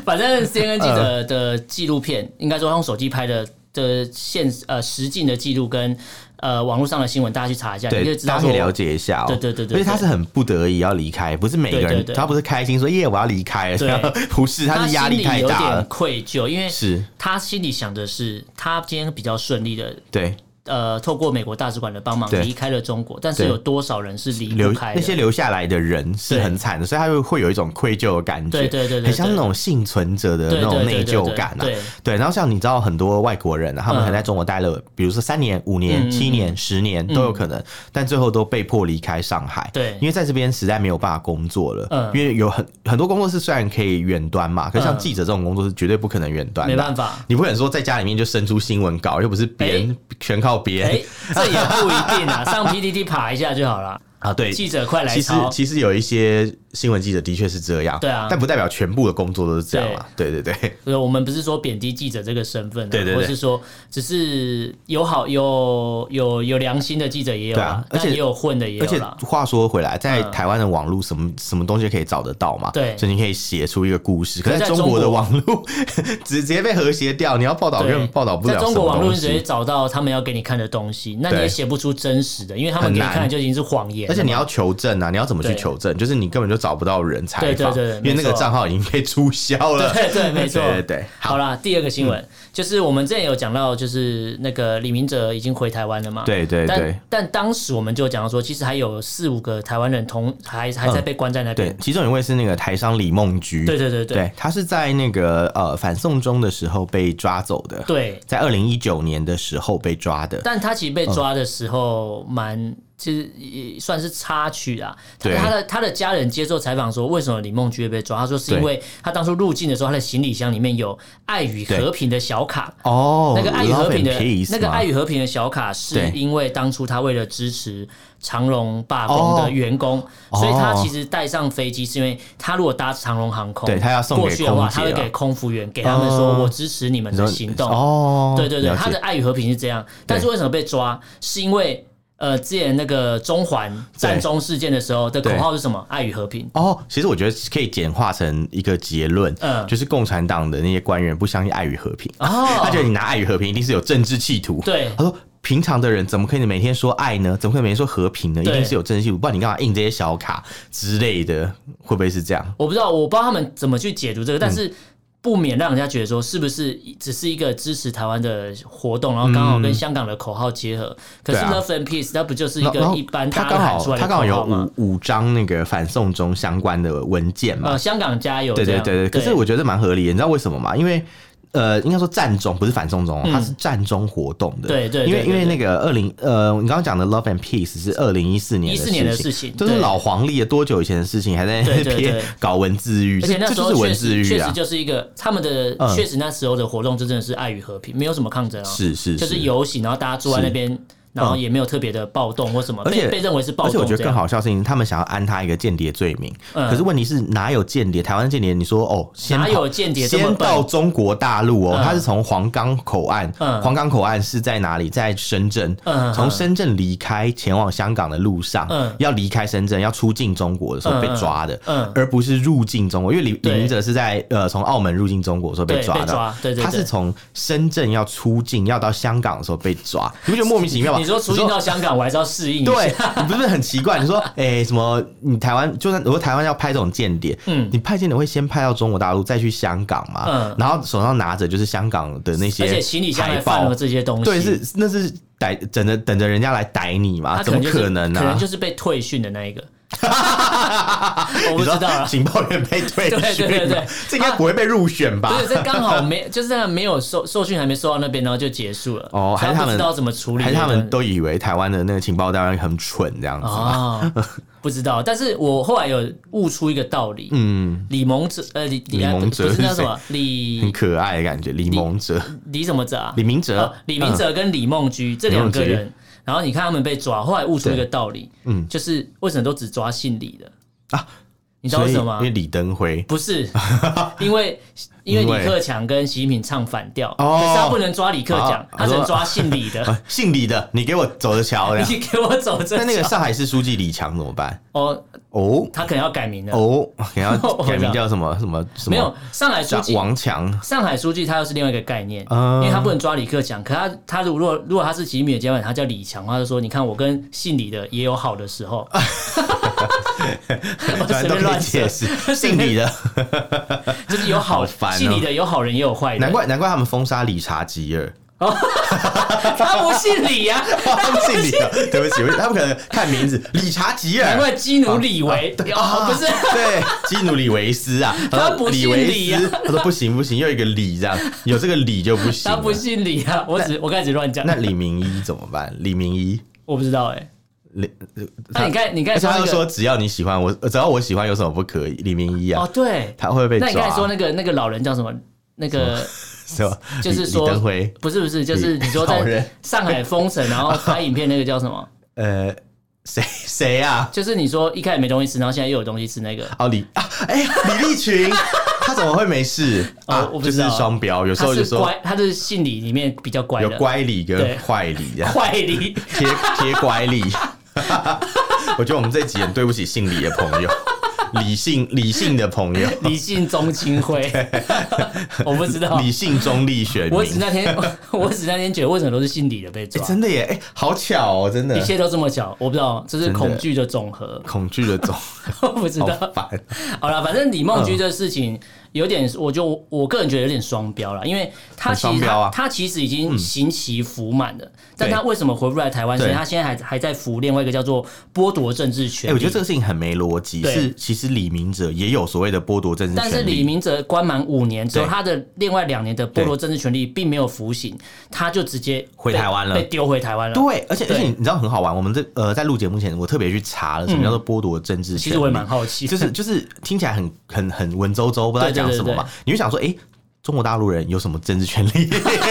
B: 反正 CNN 记者
A: 嗯
B: 的纪录片，应该说用手机拍的的现呃实境的记录跟呃网络上的新闻，大家去查一下，你就
A: 对，
B: 知
A: 大
B: 道
A: 家可
B: 说
A: 以了解一下哦。
B: 对对对对
A: 而且他是很不得已要离开，不是每个
B: 对对
A: 人
B: 对
A: 他不是开心说耶我要离开了，
B: 对
A: 然后 不是
B: 他
A: 他是压
B: 心
A: 力
B: 里
A: 太
B: 有
A: 大
B: 点
A: 了，
B: 愧疚，因为
A: 是
B: 他心里想的是他今天比较顺利的。
A: 对
B: 呃，透过美国大使馆的帮忙
A: 对
B: 离开了中国，但是
A: 对
B: 有多少人是离
A: 留
B: 不开
A: 那
B: 的？
A: 些留下来的人是
B: 对
A: 很惨的，所以他会会有一种愧疚的感觉，
B: 对对对对对
A: 很像那种幸存者的那种
B: 对对对
A: 内
B: 对
A: 疚
B: 对
A: 感啊，
B: 对
A: 对，然后像你知道很多外国人、啊，他们
B: 嗯
A: 可能在中国待了，比如说三年、五年、
B: 嗯
A: 七
B: 嗯
A: 年、十年都有可能，但最后都被迫离开上海。
B: 对
A: 因为在这边实在没有办法工作了，
B: 嗯
A: 因为有很很多工作是虽然可以远端嘛，可是像
B: 嗯
A: 记者这种工作是绝对不可能远端的，
B: 没 办法。
A: 你不可能说在家里面就生出新闻稿，又不是别人、全靠别人、
B: 哎，这也不一定啊，上 PDD 爬一下就好了。
A: 啊。对，
B: 记者快来
A: 其实
B: 抄，
A: 其实有一些新闻记者的确是这样，
B: 对啊
A: 但不代表全部的工作都是这样嘛，对对对，
B: 呃，我们不是说贬低记者这个身份、啊，
A: 对对对
B: 或是说只是有好有有有良心的记者也有
A: 对
B: 啦，
A: 啊而且
B: 但也有混的也
A: 而
B: 有
A: 且
B: 啦。
A: 话说回来，在
B: 嗯
A: 台湾的网络，什么、什么东西都可以找得到嘛？
B: 对
A: 所以你可以写出一个故事。可
B: 可
A: 是
B: 是在
A: 在
B: 中
A: 中
B: 国
A: 国的网络 直直接被和谐掉，你要报道根
B: 对
A: 本，报道不
B: 在
A: 了什
B: 中
A: 么
B: 国网络，
A: 东
B: 你直接
A: 西。
B: 找到他们要给你看的东西，那你
A: 对
B: 也写不出真实的，因为他们
A: 很
B: 给你
A: 难
B: 看的就已经是谎言了
A: 而
B: 嘛。
A: 且你要求证啊，你要怎么去
B: 对
A: 求证？就是你根本就找不到人采访，
B: 对对对
A: 因为那个
B: 没错
A: 账号已经被注销了。
B: 对对，没错，
A: 对对对好嗯
B: 好啦，第二个新闻、就是我们之前有讲到，就是那个李明哲已经回台湾了嘛。
A: 对对对
B: 但但当时我们就讲到说，其实还有四五个台湾人同还还在被关在那边、
A: 对，其中有一位是那个台商李梦菊，
B: 对对对对
A: 嗯对，他是在那个呃反送中的时候被抓走的，
B: 对，
A: 在二零一九年的时候被抓的。
B: 但他其实被抓的时候蛮。其实也算是插曲啊。他
A: 对
B: 他的他的家人接受采访说，为什么李梦菊会被抓？他说是因
A: 对
B: 为他当初入境的时候，他的行李箱里面有爱与和平的小卡。
A: 哦，
B: 那个爱与和平
A: Love and Peace
B: 的那个
A: 吗
B: 爱与和平的小卡，是
A: 对
B: 因为当初他为了支持长荣罢工的员工，
A: 哦
B: 所以他其实带上飞机，是因为他如果搭长荣航空，
A: 对他要送给
B: 过去的
A: 空
B: 话，
A: 姐
B: 他
A: 啊
B: 会给空服员给他们说
A: 哦
B: 我支持你们
A: 你
B: 的
A: 说
B: 行动。
A: 哦，
B: 对对对，
A: 了
B: 他的
A: 解
B: 爱与和平是这样，但是为什么被抓？是因为呃，之前那个中环战中事件的时候的口
A: 对
B: 号是什么？爱与和平。
A: 哦，其实我觉得可以简化成一个结论，
B: 嗯
A: 就是共产党的那些官员不相信爱与和平，啊他
B: 哦
A: 觉，得你拿爱与和平一定是有政治企图。
B: 对
A: 他说平常的人怎么可以每天说爱呢？怎么可以每天说和平呢？一
B: 对
A: 定是有政治企图，不然你干嘛印这些小卡之类的？会不会是这样？
B: 我不知道，我不知道他们怎么去解读这个，但
A: 嗯
B: 是不免让人家觉得说，是不是只是一个支持台湾的活动，然后刚好跟香港的口号结合？可
A: 嗯对
B: 是
A: 啊
B: Love and Peace 它不就是一
A: 然后然
B: 个
A: 后
B: 一般
A: 他
B: 大
A: 刚
B: 家喊出
A: 好
B: 来
A: 他
B: 的
A: 刚
B: 口
A: 好有
B: 号吗？
A: 五五张那个反送中相关的文件嘛
B: 呃，，香港加油！
A: 对对
B: 这
A: 对
B: 样
A: 对，可是我觉得蛮合理的，你知道为什么吗？因为呃，应该说战中不是反送中哦，它是战中活动的。
B: 嗯对对对
A: 因为
B: 对
A: 因为那
B: 对
A: 个二零呃，你刚刚讲的 Love and Peace 是二零一四年
B: 14年的事
A: 事
B: 情
A: 这是
B: 对
A: 老黄历的多久以前的事情，还在
B: 对
A: 那
B: 对 对
A: 边搞文字狱，
B: 而且那
A: 这
B: 时
A: 就
B: 候
A: 是
B: 确
A: 文字
B: 实
A: 狱
B: 确实
A: 啊。
B: 就是一个他们的
A: 嗯
B: 确实那时候的活动，就真的是爱与和平，没有什么抗争啊，
A: 是是
B: 就是
A: 是嗯
B: 游行，然后大家坐在那边，然后也没有特别的暴动或什么，
A: 而且
B: 被被认为是暴
A: 而且我
B: 动
A: 觉
B: 这
A: 得更
B: 样。
A: 好笑的事情，他们想要安他一个间谍罪名，
B: 嗯
A: 可是问题是哪有间谍？台湾间谍，你说哦，先
B: 哪
A: 跑
B: 有间谍这么
A: 先
B: 笨
A: 到中国大陆哦，
B: 嗯
A: 他是从黄冈口岸，
B: 嗯
A: 黄冈口岸是在哪里？在深圳
B: 嗯嗯，
A: 从深圳离开前往香港的路上
B: 嗯，
A: 要离开深圳要出境中国的时候被抓的
B: 嗯嗯嗯，
A: 而不是入境中国，因为李
B: 对
A: 李明哲是在呃从澳门入境中国的时候被
B: 对
A: 抓
B: 被
A: 的
B: 抓，对对对
A: 他是从深圳要出境要到香港的时候被抓，你不觉得莫名其妙吗？
B: 你说出境到香港，我还是要适应一
A: 对
B: 下。，
A: 你不是很奇怪？你 说，哎、什么？你台湾就算如果台湾要派这种间谍，
B: 嗯
A: 你派间谍会先派到中国大陆，再去香港嘛？
B: 嗯
A: 然后手上拿着就是香港的那些
B: 而且行李箱
A: 海
B: 还放
A: 报
B: 了，这些东西，
A: 对，是那是逮等着等着人家来逮你嘛？
B: 他
A: 怎么
B: 就是
A: 可能呢、
B: 可能
A: 啊？
B: 就是被退训 的那一个，我不知道啊。
A: 情报员被 退
B: 对对
A: 训
B: 对
A: 嘛
B: 对
A: 这应该不会被入选吧？
B: 不是，这刚好没，就是那没有受受训，还没受到那边，然后就结束了。
A: 哦
B: 所
A: 还
B: 以
A: 是他
B: 不
A: 们
B: 知道怎么处理
A: 还
B: 这
A: 是
B: 个
A: 他
B: 东西，
A: 们都以为台湾的那个情报单位很蠢这样子嘛？
B: 哦，不知道，但是我后来有悟出一个道理，
A: 嗯，
B: 李蒙哲，呃，李
A: 李蒙哲
B: 不是
A: 是
B: 那什
A: 谁
B: 么
A: 很
B: 李
A: 可爱的感觉。李蒙哲、
B: 李什么哲啊？
A: 李明哲嗯
B: 呃、李明哲跟李梦居这两个
A: 李
B: 人，然后你看他们被抓，后来悟出一个
A: 对
B: 道理，
A: 嗯
B: 就是为什么都只抓姓李的
A: 啊？
B: 你知道为什么
A: 所以因为
B: 吗？
A: 李登辉。
B: 不是， 因为因为
A: 因为
B: 李克强跟习近平唱反调，
A: 哦
B: 可是他不能抓李克强
A: 啊，
B: 他只能抓姓李的。
A: 啊，姓李的，你给我走着瞧呀。
B: 你给我走这
A: 那那个
B: 条
A: 上海市书记李强怎么办？
B: 哦，
A: 哦
B: 他可能要改名了。
A: 哦，给他
B: 我知道
A: 改名叫什么什么什么？
B: 没有，上海书
A: 叫
B: 记
A: 王 强。
B: 上海书记他又是另外一个概念，
A: 嗯
B: 因为他不能抓李克强，可他他如果如果他是吉米的接班人，他叫李强，他就说你看我跟姓李的也有好的时 候，我
A: 反正
B: 随
A: 都
B: 便
A: 可以
B: 乱
A: 解
B: 扯，
A: 释，姓李 的，
B: 就是有好
A: 好烦哦
B: 姓李的有好人也有坏
A: 难
B: 人，
A: 怪难怪他们封杀理查吉 尔，
B: 他不姓李啊 呀、
A: 他们姓李的，对不起，我他们可能看名字理查吉尔，
B: 难怪基努里维
A: 啊
B: 哦不是。
A: 对，基努里维斯 啊，
B: 他
A: 说
B: 不姓
A: 李维
B: 李啊
A: 斯，他说不行不行，又一个李这样，有这个李就不行
B: 他
A: 了。
B: 不姓李啊！我只我开始乱讲，
A: 那李明一怎么办？李明一，
B: 我不知道哎。
A: 李
B: 那你刚你刚
A: 而
B: 才
A: 且
B: 说
A: 他
B: 那
A: 又说，
B: 个
A: 只要你喜欢我，只要我喜欢，有什么不可以？李明一啊，
B: 哦对，
A: 他会被
B: 那
A: 抓。
B: 你刚才说那个那个老人叫什么？那个
A: 是吧？
B: 就是
A: 李李
B: 说
A: 登辉，
B: 不是不是，就是你说
A: 老人
B: 在上海封城，然后拍影片那个叫什么？
A: 呃，谁谁啊？
B: 就是你说一开始没东西吃，然后现在又有东西吃，那个
A: 哦，李啊，哎、李立群，他怎么会没事
B: 哦
A: 啊？
B: 我不
A: 就
B: 知道
A: 是双标，有时
B: 他
A: 候就是说
B: 乖，他是姓李里面比较乖
A: 有
B: 的，
A: 乖李
B: 对
A: 跟坏李这样，
B: 坏李。
A: 贴贴乖李。 我觉得我们这集很对不起姓李的朋友， 理性理性的朋 友，
B: 理性中青会， 我不知道。
A: 理性中立选民
B: 哦我，只那天， 我只那天觉得为什么都是姓李的被抓
A: 哎，真的耶，哎、好巧哦，真的
B: 一，切都这么巧，我不知道，这是
A: 真的
B: 恐惧的总和，
A: 恐惧的总
B: 我不知
A: 好
B: 道。
A: 烦，嗯
B: 好了，反正李梦居这事情有点，我就我个人觉得有点双标了，因为他
A: 很
B: 其实
A: 双标
B: 他
A: 啊
B: 他其实已经刑期服满了，但他为什么回不来台湾？
A: 对
B: 所以他现在还还在服另外一个叫做剥夺政治
A: 哎、
B: 权利。
A: 我觉得这个事情很没逻辑，
B: 对
A: 是其实李明哲也有所谓的剥夺政治
B: 但是
A: 权
B: 李
A: 利，
B: 明哲关满五年之后，
A: 对
B: 他的另外两年的剥夺政治权利并没有服刑，他就直接
A: 回
B: 被
A: 台湾了
B: 被丢回台湾了。
A: 对，而且而
B: 对
A: 且你知道很好玩，我们这呃在录节目前，我特别去查了什么叫做剥夺政治权利，
B: 其实我也蛮好奇，
A: 就是 就是听起来很很很文绉绉，不知道在讲什么
B: 对对对
A: 嘛。
B: 对
A: 你会想说，诶，中国大陆人有什么政治权利？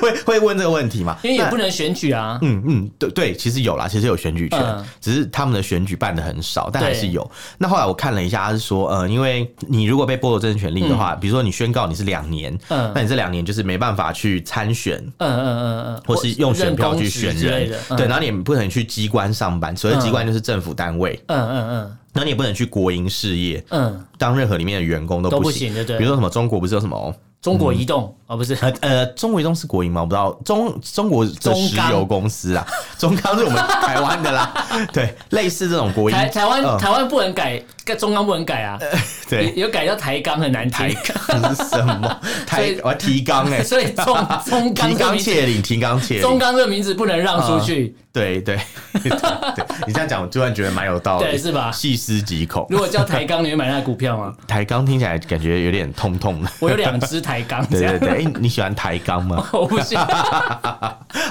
A: 会会问这个问题嘛？
B: 因为也
A: 那
B: 不能选举啊。
A: 嗯嗯，对对，其实有啦，其实有选举权，
B: 嗯
A: 只是他们的选举办的很少，但
B: 对
A: 还是有。那后来我看了一下，他是说，呃，因为你如果被剥夺政治权利的话，比如说你宣告你是两年，
B: 嗯
A: 那你这两年就是没办法去参选，
B: 嗯嗯嗯嗯，
A: 或是用选票去选
B: 任公职之类
A: 人
B: 的，
A: 对，
B: 嗯
A: 然后你也不能去机关上班，所谓机关就是政府单位，
B: 嗯嗯
A: 然后你也不能去国营事业，
B: 嗯嗯，
A: 当任何里面的员工都
B: 都不
A: 不
B: 行，对不
A: 比如
B: 对？
A: 说什么中国不是有什么
B: 中国移动哦，不是，
A: 呃呃中国移动是国营吗？我不知道中中国的石油公司 啊，中钢是我们台湾的啦，对，类似这种国营
B: 台台湾
A: 嗯
B: 台湾不能改，中钢不能改啊，
A: 对
B: 有有改叫台钢很难
A: 抬
B: 听，
A: 杠是什 么？
B: 所
A: 抬
B: 以
A: 我要提纲哎，
B: 所 以中中钢
A: 提
B: 这个
A: 纲
B: 名字，
A: 挈领，提纲挈
B: 中
A: 领，
B: 钢这个名字不能让出去，
A: 对对 对，对你这样讲，我突然觉得蛮有道
B: 对，
A: 理，
B: 是吧？
A: 细思极恐
B: 如。果叫台钢，你会买那个股票吗？
A: 抬杠听起来感觉有点痛痛的，
B: 我有两只抬杠，这
A: 对对
B: 样
A: 对，哎，你喜欢抬杠吗？
B: 我不信。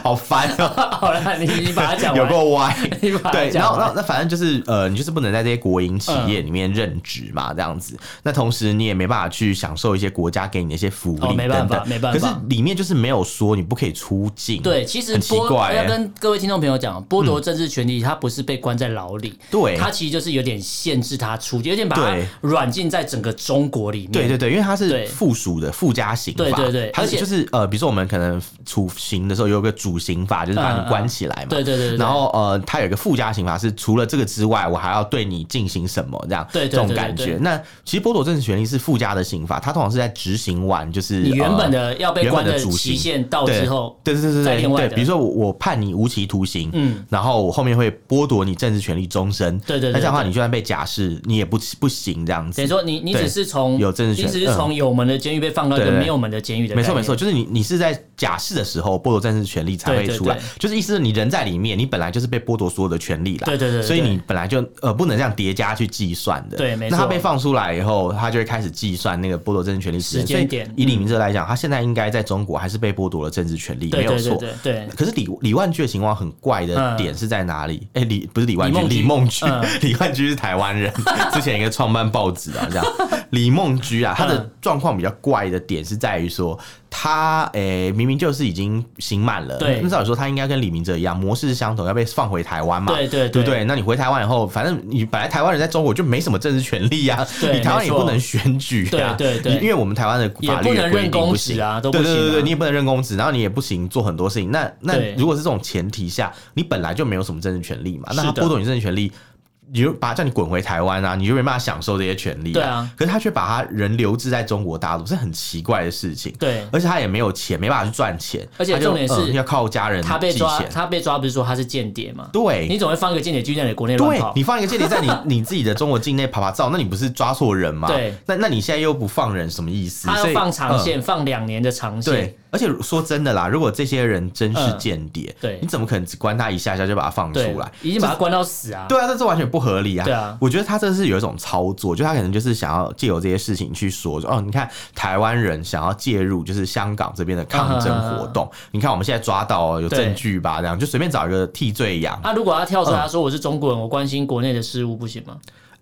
A: 好烦哦。
B: 好了，你你把它讲
A: 有
B: 完。
A: 够歪
B: 你把它，
A: 对，
B: 讲
A: 然后
B: 完嗯
A: 然后那反正就是呃，你就是不能在这些国营企业里面任职嘛，这样子。那同时你也没办法去享受一些国家给你的一些福
B: 哦
A: 利
B: 没办
A: 等
B: 法
A: 等，
B: 没办法
A: 可是里面就是没有说你不可以出境，
B: 对，其实
A: 很奇
B: 剥
A: 怪欸
B: 要跟各位听众朋友讲，剥夺政治权利，他不是被关在牢里，
A: 对
B: 他其实就是有点限制他出，有点把他
A: 对
B: 软禁在整个中国里面。
A: 对对对，因为它是
B: 对
A: 附属的附加刑法，
B: 对对对
A: 它
B: 而且
A: 是就是呃，比如说我们可能处刑的时候有个主刑法，就是把
B: 嗯嗯
A: 你关起来嘛，
B: 对对对对对
A: 然后呃，它有一个附加刑法是除了这个之外，我还要对你进行什么这样，
B: 对对
A: 这种
B: 对对
A: 感
B: 对
A: 觉。那其实剥夺政治权利是附加的刑法，它通常是在执行完就是
B: 你原本
A: 呃
B: 的要被
A: 原
B: 关
A: 本的
B: 的
A: 主
B: 期
A: 刑
B: 限到
A: 对
B: 之后，
A: 对对对
B: 再
A: 对
B: 另外
A: 对对，
B: 的
A: 比如说我我判你无期徒刑，
B: 嗯
A: 嗯，然后我后面会剥夺你政治权利终身，
B: 对对对
A: 那这样的话
B: 对
A: 你就算被假释，你也不不行这样子
B: 等于。说你你
A: 对
B: 只是从
A: 有政治
B: 你
A: 权嗯
B: 只是从有门的监狱被放到一个
A: 对对对
B: 没有门的监狱的概
A: 没
B: 念，
A: 错没错，就是你你是在假释的时候剥夺政治权利才
B: 对
A: 会
B: 对
A: 出来，
B: 对
A: 就是意思是你人在里面，你本来就是被剥夺所有的权利啦。
B: 对对对对
A: 所以你本来就呃不能这样叠加去计算的。
B: 对没错
A: 那他被放出来以后，他就会开始计算那个剥夺政治权利时
B: 时
A: 间
B: 间
A: 所以
B: 点
A: 以李明哲来讲，他现在应该在中国还是被剥夺了政治权利，
B: 对
A: 没有
B: 对
A: 错
B: 对。对对。
A: 可是李李万居的情况很怪的
B: 嗯
A: 点是在哪里？哎、李不是李万
B: 李
A: 居，
B: 梦居
A: 李梦居
B: 嗯，
A: 李万居是台湾 人，之前一个创办报纸啊，这样。李梦居啊，他的
B: 嗯
A: 状况比较怪的点是在于说，他诶、明明就是已经刑满了，
B: 对
A: 那照理说他应该跟李明哲一样，模式是相同，要被放回台湾嘛，
B: 对对对
A: 对不对？那你回台湾以后，反正你本来台湾人在中国就没什么政治权利啊，
B: 对
A: 你台湾也
B: 没错
A: 不能选举啊，
B: 对对对
A: 因因为我们台湾的法律
B: 也不能
A: 的规
B: 任公
A: 定不
B: 职
A: 行
B: 啊都不
A: 对对
B: 行啊
A: 对对，你也不能任公职，然后你也不行做很多事情。那
B: 对
A: 那如果是这种前提下，你本来就没有什么政治权利嘛，那他
B: 是的
A: 剥夺你政治权利。你就把他叫你滚回台湾啊，你就没办法享受这些权利、
B: 对啊，
A: 可是他却把他人留置在中国大陆，是很奇怪的事情。
B: 对
A: 而且他也没有钱，没办法去赚钱，
B: 而且
A: 他就
B: 重点是
A: 嗯要靠家人
B: 他被
A: 寄
B: 抓，
A: 钱
B: 他被抓不是说他是间谍吗？
A: 对，
B: 你总会放一个间谍继续在你的国内乱
A: 对
B: 跑
A: 你，放一个间谍 在你你自己的中国境内爬爬照，那你不是抓错人吗？
B: 对，
A: 那那你现在又不放人，什么意思？
B: 他
A: 所
B: 要
A: 以
B: 放
A: 嗯
B: 长。线，放两年的长线
A: 对。，而且说真的啦，如果这些人真是
B: 嗯
A: 间谍，
B: 对
A: 你怎么可能只关他一下下就把他放出
B: 对
A: 来？，
B: 已经把他关到死啊！
A: 对啊，这是完全不合理啊！
B: 对啊
A: 我觉得他这是有一种操作，就他可能就是想要借由这些事情去说，说哦，你看台湾人想要介入就是香港这边的抗争活
B: 啊
A: 动，你看我们现在抓到哦有
B: 对
A: 证据吧，这样就随便找一个替罪羊，嗯
B: 啊，如果他跳出来他说我是中国人，我关心国内的事务不行吗？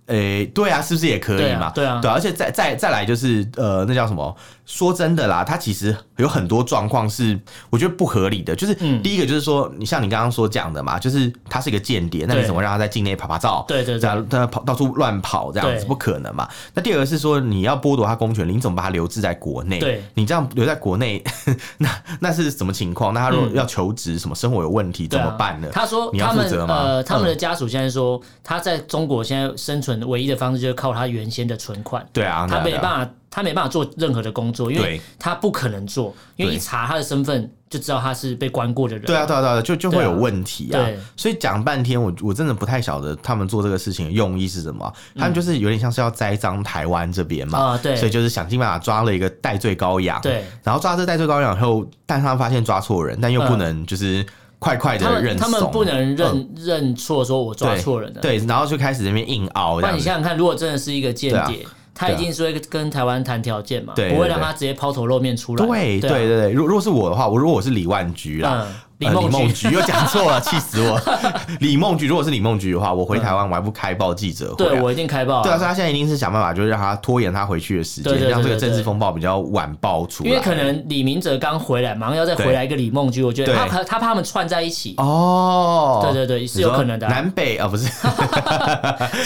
A: 诶、对啊，是不是也可以嘛？
B: 对啊对啊
A: 对而且再再再来就是呃，那叫什么？说真的啦，它其实有很多状况是我觉得不合理的。就是、
B: 嗯
A: 第一个就是说，你像你刚刚所讲的嘛，就是他是一个间谍，那你
B: 对
A: 怎么让他在境内爬爬照？
B: 对对对
A: 这样他跑到处乱跑这样子
B: 对
A: 不可能嘛。那第二个是说，你要剥夺他公权力，你怎么把他留置在国内？
B: 对
A: 你这样留在国内， 那那是什么情况？那他如果要求职，什么生活有问题怎
B: 嗯对
A: 么
B: 啊
A: 办呢？
B: 他说
A: 你要
B: 他
A: 负
B: 们
A: 责吗
B: 呃，他们的
A: 嗯
B: 家属现在说，他在中国现在生存唯一的方式就是靠他原先的存款，
A: 对啊，
B: 他没
A: 对啊
B: 办法，他没办法做任何的工作，因为
A: 对
B: 他不可能做，因为
A: 对
B: 一查他的身份就知道他是被关过的人。
A: 对啊，对啊，对啊，就就会
B: 对啊
A: 有问题啊
B: 对。
A: 所以讲半天，我我真的不太晓得他们做这个事情的用意是什么啊。他们就是有点像是要栽赃台湾这边嘛，
B: 啊对
A: 所以就是想尽办法抓了一个戴罪羔羊，
B: 对，
A: 然后抓这戴罪羔羊以后，但他们发现抓错人，但又不能就是快快
B: 嗯他
A: 的认
B: 们他
A: 怂，
B: 们不能认、
A: 嗯
B: 认错，说我抓错人了。
A: 对，然后就开始在那边硬凹
B: 不
A: 这
B: 然
A: 样
B: 你
A: 子。
B: 想想看，如果真的是一个间谍，他
A: 对啊
B: 一定是会跟台湾谈条件嘛，
A: 对对
B: 不会让他直接抛头露面出来。
A: 对对
B: 啊
A: 对，对，如如果是我的话，我如果我是李万菊啦，
B: 嗯，李
A: 呃
B: 梦
A: 梦
B: 菊。
A: 菊又讲错了，气死我！ 李梦菊，如果是李梦菊的话，我回台湾我还不开报记者会啊、
B: 对，我一定开爆、啊。
A: 对啊，所以他现在一定是想办法，就是让他拖延他回去的时
B: 对对
A: 间，
B: 对
A: 让这个政
B: 对
A: 治
B: 对
A: 风暴比较晚爆出来。
B: 因为可能李明哲刚回来，马上要再回来一个李梦菊，我觉得
A: 对
B: 他他他怕他们串在一起，
A: 哦，
B: 对对对，是有可能的
A: 你
B: 啊、
A: 说南北啊，不是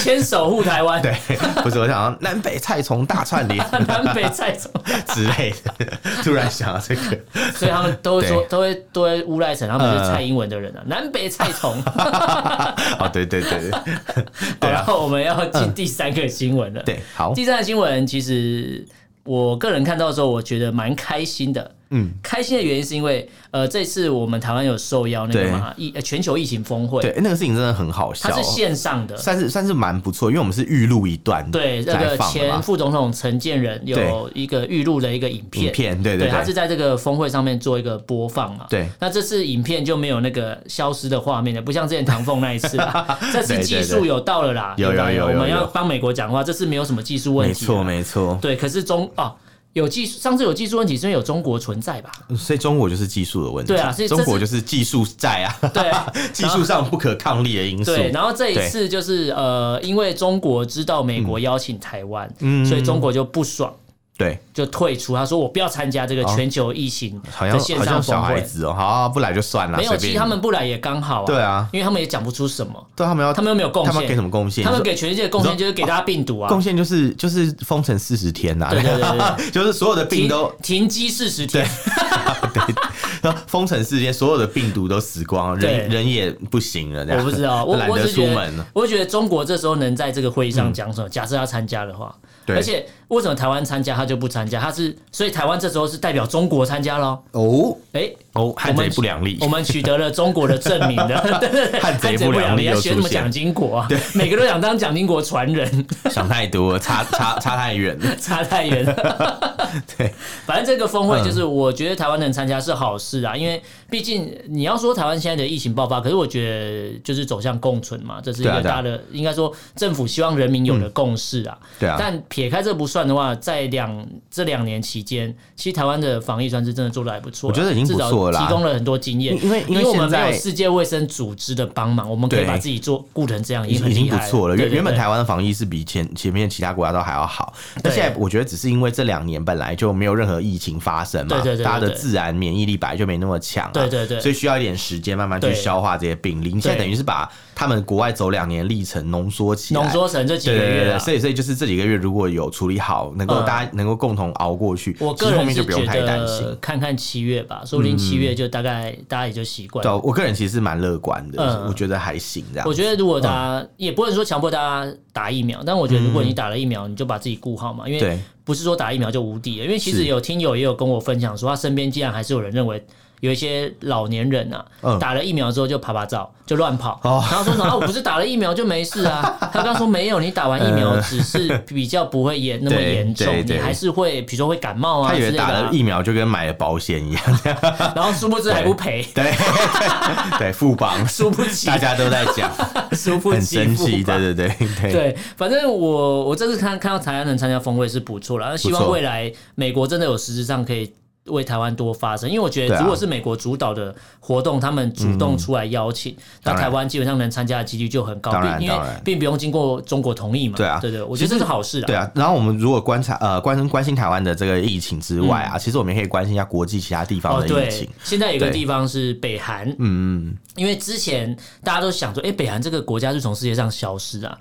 B: 牵手护台湾，
A: 对，不是我想要南北菜虫大串联
B: 南北在走，
A: 之类的，突然想到这 个，
B: 所以他们都会说，
A: 对
B: 都会都会诬赖成他们是
A: 呃
B: 蔡英文的人啊，南北菜虫。
A: 哦，对对对对 对
B: 然
A: 啊，
B: 后我们要进第三个新闻了。
A: 对，好，
B: 第三个新闻其实我个人看到的时候，我觉得蛮开心的。
A: 嗯，
B: 开心的原因是因为，呃，这次我们台湾有受邀那个嘛疫呃全球疫情峰会，
A: 对，那个事情真的很好
B: 它
A: 笑
B: 是
A: 哦，
B: 线上的，
A: 算是算是蛮不错，因为我们是预录一段，
B: 对，那
A: 再
B: 个
A: 放的
B: 前
A: 嘛，
B: 副总统陈建仁有
A: 对
B: 一个预录的一个影片，
A: 影片，对
B: 对，他是
A: 对，
B: 在这个峰会上面做一个播放嘛。
A: 对，
B: 那这次影片就没有那个消失的画面了，不像之前唐凤那一 次啦。这次
A: 对对
B: 技术有到了啦，
A: 有有
B: 到了
A: 有有
B: 我们
A: 有
B: 要帮美国讲话，这次没有什么技术问
A: 没
B: 题啦。啊
A: 错没错，
B: 对，可是中啊有技术，上次有技术问题是因为有中国存 在吧？
A: 所以中国就是技术的问题，
B: 对啊所以这
A: 中国
B: 是
A: 就是技术债啊，
B: 对
A: 技术上不可抗力的因素。
B: 对，然后这一
A: 对
B: 次就是呃，因为中国知道美国邀请台湾，
A: 嗯
B: 所以中国就不爽。
A: 对，
B: 就退出，他说我不要参加这个全球疫情
A: 好
B: 的
A: 像
B: 线
A: 好
B: 上
A: 像小
B: 峰
A: 孩
B: 会，
A: 子哦、好啊、不来就算了，
B: 没有，
A: 随
B: 其
A: 便
B: 实他们不来也刚好啊，
A: 对啊，
B: 因为他们也讲不出什么，
A: 对他们要
B: 他们又没有贡
A: 他
B: 献，
A: 们给什么贡献？
B: 他们
A: 你说
B: 给全世界的贡献就是给大家病毒啊，
A: 贡献就是就是封城四十天呐、啊
B: 对对对对
A: 就是所有的病
B: 停
A: 都。
B: 停机四十天，
A: 封城四十天，所有的病毒都死光了，人
B: 对
A: 人也不行了，这样
B: 我不知道，我
A: 懒
B: 我
A: 得
B: 只
A: 出
B: 觉
A: 门
B: 得
A: 了。，
B: 我觉得中国这时候能在这个会议上讲什么？假设他参加的话，
A: 对
B: 而且为什么台湾参加他就不参加？他是所以台湾这时候是代表中国参加咯。
A: 哦
B: 哎，
A: 哦，汉
B: 我
A: 贼
B: 们
A: 不两立
B: 我，们取得了中国的证明 的，对对对，
A: 汉贼不良
B: 良
A: 力又
B: 要
A: 出
B: 学什么
A: 现
B: 蒋经国啊？每个都想当蒋经国传人，
A: 想太多了，差差差太远了。
B: 差太远了。
A: 对，嗯
B: 反正这个峰会就是，我觉得台湾能参加是好事啊，因为毕竟你要说台湾现在的疫情爆发，可是我觉得就是走向共存嘛，这是一
A: 对啊
B: 个
A: 对啊嗯
B: 大的，应该说政府希望人民有的共识啊。
A: 对啊，
B: 但撇开这不算的话，在两这两年期间，其实台湾的防疫算是真的做的还不错啦，啊
A: 我觉得已经不错了
B: 至
A: 啦
B: 少提供了很多经验。
A: 因因为因
B: 因
A: 为
B: 我们
A: 现在
B: 没有世界卫生组织的帮忙，我们可以
A: 对
B: 把自己做顾成这样，
A: 已
B: 很
A: 已经
B: 厉
A: 不
B: 害
A: 错了。
B: 对
A: 原
B: 对
A: 原本
B: 对
A: 台湾的防疫是比前前面其他国家都还要好，那
B: 对
A: 现在我觉得只是因为这两年本来就没有任何疫情发生嘛
B: 对对对，对
A: 大家的
B: 对
A: 自然免疫力本来就没那么强啊，
B: 对对对
A: 所以需要一点时间慢慢去
B: 对
A: 消化这些病例。你现在等于是把他们国外走两年历程浓缩起来，
B: 浓缩成这几
A: 对。
B: 个
A: 对对
B: 月
A: 对，
B: 啊。
A: 所以所以就是这几个月如果有处理好，能够
B: 嗯
A: 大家能够共同熬过去，
B: 我
A: 其
B: 个
A: 实后
B: 人
A: 面
B: 是
A: 就不用
B: 觉
A: 太担心
B: 得。看看七月吧，说不定七月就大概大家也就习惯
A: 嗯对，
B: 了。
A: 我个人其实是蛮乐观的，
B: 嗯
A: 我觉得还行这样
B: 我。觉得如果大
A: 嗯
B: 家也不能说强迫大家打疫苗，但我觉得如果你打了疫苗，你就把自己顾好嘛，因为
A: 对，
B: 不是说打疫苗就无敌了。因为其实
A: 是
B: 有听友也有跟我分享说，他身边竟然还是有人认为。有一些老年人啊，
A: 嗯
B: 打了疫苗之后就爬爬照，就乱跑，
A: 哦
B: 然后说什么啊，我不是打了疫苗就没事啊。他刚说没有，你打完疫苗
A: 呃
B: 只是比较不会严那么
A: 对
B: 严重
A: 对，
B: 你
A: 对
B: 还是会比如说会感冒啊
A: 他
B: 之
A: 以为
B: 类的
A: 打了
B: 啊，
A: 疫苗就跟买了保险一样，
B: 然后殊不知还不赔，
A: 对对，副榜
B: 输不起，
A: 大家都在 讲，
B: 输不
A: 很
B: 起，
A: 生气，
B: 不吧
A: 对对对对
B: 对，反正我我这次看看到台湾能参加峰会是不错了，那希
A: 不
B: 望
A: 错
B: 未来美国真的有实质上可以。为台湾多发声，因为我觉
A: 对
B: 得
A: 啊
B: 如果是美国主导的活动，他们主动出来邀请，那
A: 嗯当然
B: 台湾基本上能参加的几率就很高，
A: 当然
B: 并因为
A: 当然
B: 并不用经过中国同意嘛。
A: 对啊
B: 对对，我觉得
A: 其
B: 这
A: 实
B: 是好事啊。
A: 对啊，然后我们如果观察呃关心关心台湾的这个疫情之外啊，其实我们也可以关心一下国际其他地方
B: 嗯哦，
A: 的疫
B: 对
A: 情。，
B: 现在有一个
A: 对
B: 地方是北韩，
A: 嗯，
B: 因为之前大家都想说，哎、北韩这个国家是从世界上消 失啊，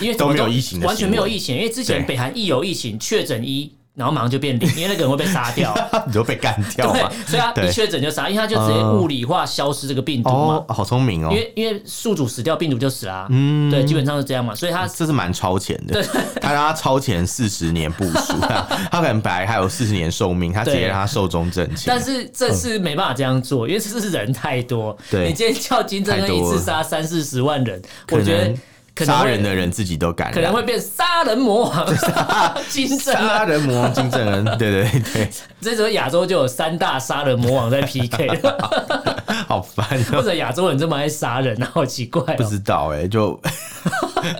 B: 因为
A: 都没有疫情的
B: 完全没有
A: 新闻
B: 疫情，因为之前
A: 对
B: 北韩一有疫情确诊一，然后马上 就变零，因为那个人会被杀掉，
A: 你就被干掉嘛？
B: 对，所以他
A: 对嗯
B: 一确诊就杀，因为他就直接物理化消失这个病毒嘛
A: 哦，，好聪明哦
B: 因，为因为宿主死掉，病毒就死啦、嗯，对，基本上是这样嘛，所以他
A: 这是蛮超前的。他让他超前四十年部署，啊 他可能本来还有四十年寿命，他直接
B: 对
A: 让他寿终正寝。
B: 但是这次没办法这样做，因为这次人太多。
A: 对
B: 你今天叫金正
A: 太
B: 恩
A: 多
B: 一次
A: 了
B: 杀三四十万人，
A: 可
B: 我觉得
A: 能
B: 可能
A: 杀
B: 会
A: 人的人自己都感染，
B: 可能会变杀人魔王， 金正恩
A: 杀人魔王金正 恩，对对对，
B: 这时候亚洲就有三大杀人魔王在 PK，
A: 好烦
B: 或
A: 哦。
B: 者亚洲人这么爱杀人啊，好奇怪
A: 不
B: 哦。
A: 知道哎、 就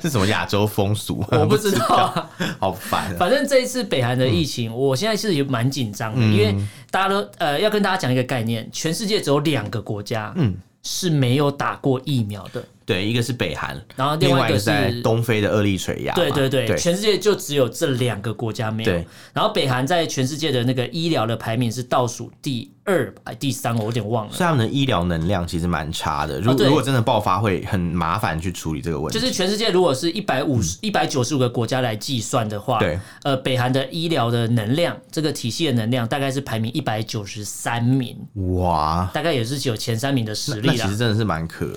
A: 是什么亚洲风俗啊？
B: 我不知道嗯啊，
A: 好烦、啊。
B: 反正这一次北韩的疫情，我现在是也蛮紧张的，因为大家都呃要跟大家讲一个概念，全世界只有两个国家，嗯，是没有打过疫苗的，
A: 对，一个是北韩，
B: 然后另
A: 另
B: 外
A: 外
B: 一个
A: 个
B: 是
A: 在东非的厄立垂亚嘛。
B: 对对对，
A: 对，
B: 全世界就只有这两个国家没有
A: 对。
B: 然后北韩在全世界的那个医疗的排名是倒数第二哎第三，我有点忘了
A: 所以。他们的医疗能量其实蛮差的。如、
B: 哦对
A: 如果真的爆发，会很麻烦去处理这个问题。
B: 就是全世界如果是一百五十、一百九十五个国家来计算的话，
A: 对，
B: 呃，北韩的医疗的能量，这个体系的能量大概是排名一百九十三名，
A: 哇，
B: 大概也是只有前三名的实
A: 那
B: 力
A: 其
B: 啦
A: 实。真的是蛮可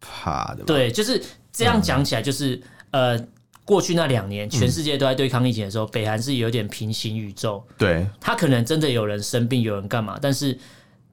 A: 怕的吧。
B: 对，就是这样讲起来，就是、
A: 嗯
B: 呃，过去那两年全世界都在对抗疫情的时候，北韩是有点平行宇宙，
A: 对
B: 他可能真的有人生病，有人干嘛，但是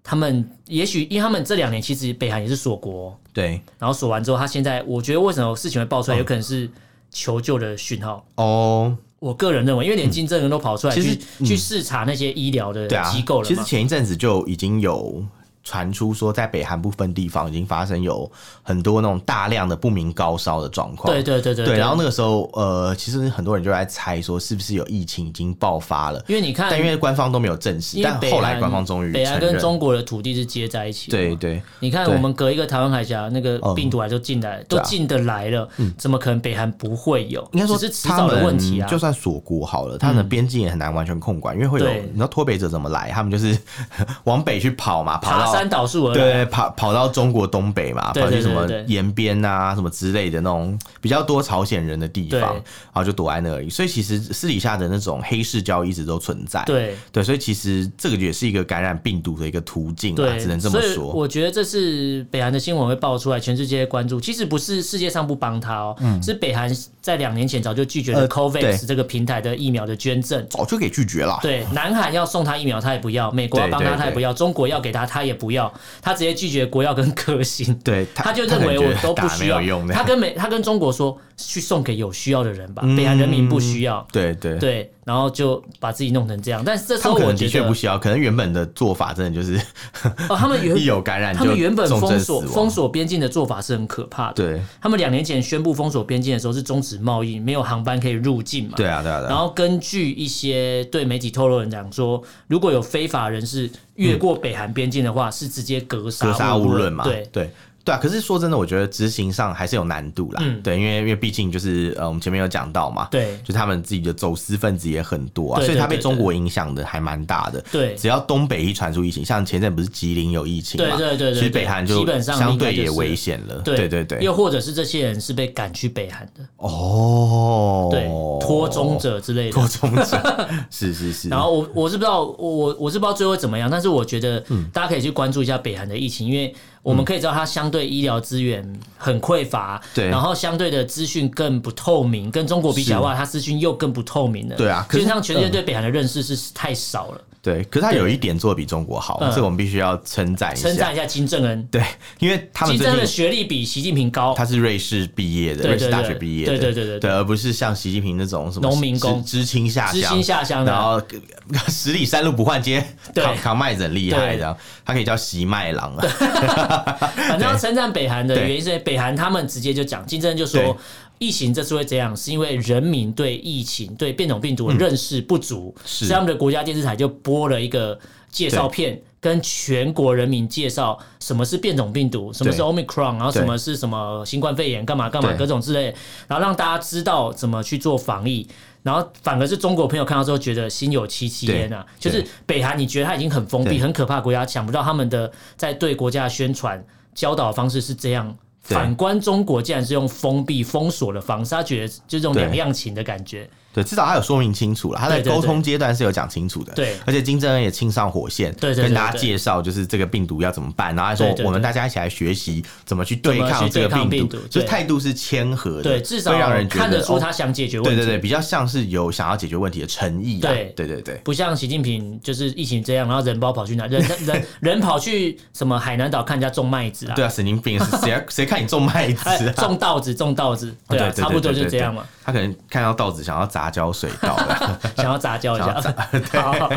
B: 他们也许因为他们这两年其实北韩也是锁国、
A: 对
B: 然后锁完之后，他现在我觉得为什么事情会爆
A: 嗯
B: 出来，有可能是求救的讯号。
A: 哦
B: 我个人认为，因为连金正恩都跑出来
A: 嗯其实嗯
B: 去、去视察那些医疗的
A: 对啊，
B: 机构了
A: 其
B: 嘛，
A: 实前一阵子就已经有传出说，在北韩部分地方已经发生有很多那种大量的不明高烧的状况。
B: 对对对对
A: 对，然后那个时候，呃，其实很多人就在猜说，是不是有疫情已经爆发了？
B: 因为你看，
A: 但因为官方都没有证实，
B: 嗯因为
A: 但
B: 北
A: 后来
B: 韩
A: 官方终于
B: 北
A: 承
B: 韩
A: 认
B: 跟。中国的土地是接在一起的嘛，
A: 对对，
B: 你看，
A: 对
B: 我们隔一个台湾海峡，那个
A: 嗯
B: 病毒来就进来，都
A: 对啊
B: 进得来了，怎么可能北韩不会有？
A: 应该说
B: 只是迟
A: 他
B: 早的
A: 们
B: 问题啊。嗯
A: 就算锁国好了，他们的边境也很难完全控管，因为会有
B: 对
A: 你知道脱北者怎么来，他们就是 往北去跑嘛，跑
B: 爬
A: 到
B: 山倒树而来，
A: 对，跑跑到中国东北嘛，
B: 对
A: 跑去
B: 对
A: 什么
B: 对对
A: 延边啊，什么之类的那种比较多朝鲜人的地
B: 对
A: 方，然后就躲在那里。所以其实私底下的那种黑市交易一直都存在。
B: 对
A: 对，所以其实这个也是一个感染病毒的一个途径啊，
B: 对，
A: 只能这么
B: 所以
A: 说。
B: 我觉得这次北韩的新闻会爆出来，全世界关注。其实不是世界上不帮他哦，是北韩在两年前早就拒绝
A: 嗯
B: 了
A: 呃
B: COVAX
A: 对
B: 这个平台的疫苗的捐赠。
A: 早就给拒绝了。
B: 对，南韩要送他疫苗，他也不要；美国要帮
A: 对
B: 他，
A: 对
B: 他也不要；中国要给他，他也不要。他直接拒绝国药跟科兴。
A: 对，
B: 他就
A: 可
B: 认
A: 能
B: 为
A: 觉
B: 我
A: 得
B: 都不
A: 打
B: 需
A: 没
B: 要
A: 有用，的。
B: 他跟美他跟中国说去送给有需要的人吧，
A: 嗯
B: 北韩人民不需要，
A: 对对，
B: 对，然后就把自己弄成这样。但是这时
A: 他
B: 候
A: 们可
B: 我
A: 能的
B: 觉
A: 确
B: 得
A: 不，需要，可能原本的做法真的就是
B: 哦，他们
A: 一
B: 原
A: 有感染
B: 他
A: 就
B: 们原本
A: 重
B: 封
A: 症死
B: 锁
A: 亡。
B: 封锁边境的做法是很可怕的。，
A: 对
B: 他们两年前宣布封锁边境的时候是终止贸易，没有航班可以入境嘛。
A: 对啊对啊对
B: 然
A: 啊，
B: 后根据一些对媒体透露的人讲说，如果有非法人士越过北韩边境的话，是直接格
A: 嗯
B: 杀
A: 格杀
B: 勿
A: 无论嘛，
B: 对，
A: 对。对啊，可是说真的，我觉得执行上还是有难度啦。对，因为因为毕竟就是呃，我们前面有讲到嘛，
B: 嗯对
A: 就他们自己的走私分子也很多啊，
B: 对
A: 所以
B: 对
A: 他被
B: 对
A: 中
B: 对
A: 国影响的还蛮大的。
B: 对
A: 只要东北一传出疫情，像前阵不是吉林有疫情嘛，
B: 对对对对
A: 其实
B: 对
A: 北韩就
B: 基本上应该
A: 相对
B: 就是
A: 也危险了。对对对，
B: 又或者是这些人是被赶去北韩的，
A: 哦，
B: 对，脱中者之类 的
A: 脱。中 者，是是是。
B: 然后我我是不知道，我我我是不知道最后会怎么样，但是我觉得
A: 嗯
B: 大家可以去关注一下北韩的疫情，因为我们可以知道它相对医疗资源很匮乏，
A: 对
B: 然后相对的资讯更不透明，跟中国比起来的话，它资讯又更不透明了，
A: 对啊
B: 基
A: 可是嗯
B: 本上全世界对北韩的认识是太少了，
A: 对，可是他有一点做得比中国好，
B: 嗯
A: 这个我们必须要称赞一
B: 称
A: 下
B: 赞。一下金正恩，
A: 对，因为他们
B: 金
A: 最
B: 正恩的
A: 近
B: 学历比习近平高，
A: 他是瑞士毕业的，
B: 对
A: 瑞士
B: 对
A: 大
B: 对
A: 学毕业的，
B: 对对对对对
A: 而不是像习近平那种什么
B: 农民工
A: 知知青下
B: 知
A: 乡
B: 心。下乡的啊
A: 然后 十里山路不换肩，
B: 对
A: 扛扛麦子很厉害
B: 对
A: 这样，他可以叫席麦郎啊。
B: 反正要称赞北韩的
A: 对
B: 原因是，北韩他们直接就讲，金正恩就
A: 对
B: 说，疫情这次会这样，是因为人民对疫情、对变种病毒的认识不足，
A: 嗯是
B: 所以他们的国家电视台就播了一个介绍片，跟全国人民介绍什么是变种病毒，什么是 Omicron，然后什么是什么新冠肺炎，干嘛干嘛
A: 对
B: 各种之类的，然后让大家知道怎么去做防疫。然后反而是中国朋友看到之后觉得心有戚戚焉啊，就
A: 对
B: 是北韩，你觉得他已经很封闭、
A: 对
B: 很可怕的国家，想不到他们的在对国家的宣传教导的方式是这样。
A: 对
B: 反观中国，竟然是用封闭封锁的方式，他觉得就这种
A: 对
B: 两样情的感觉。
A: 对，至少他有说明清楚了，他在
B: 对对对
A: 沟通阶段是有讲清楚的。
B: 对
A: 而且金正恩也亲上火线，
B: 对对对
A: 跟大家
B: 对
A: 介绍就是这个病毒要怎么办，然后还说
B: 对对对
A: 我们大家一起来学习怎么去对
B: 怎么
A: 抗
B: 去
A: 这个
B: 对抗
A: 病
B: 病毒
A: 就
B: 对
A: 是态度是谦和的，
B: 对，至少
A: 会让人觉
B: 看得出
A: 哦
B: 他想解决问
A: 对
B: 题。
A: 对对，比较像是有想要解决问题的诚意啊。
B: 对
A: 对对对，
B: 不像习近平就是疫情这样，然后人包跑去哪？人 人人人跑去什么海南岛看人家种麦子啊？
A: 对啊，神经病， 谁谁看你种麦子
B: 哎，
A: 啊？
B: 种稻子，种稻子，
A: 哦对
B: 对啊，
A: 对对
B: 差不多
A: 对
B: 就
A: 对
B: 这样嘛。
A: 他可能看到稻子想要杂交水稻啊 了。
B: 想要杂交一下。 好，好，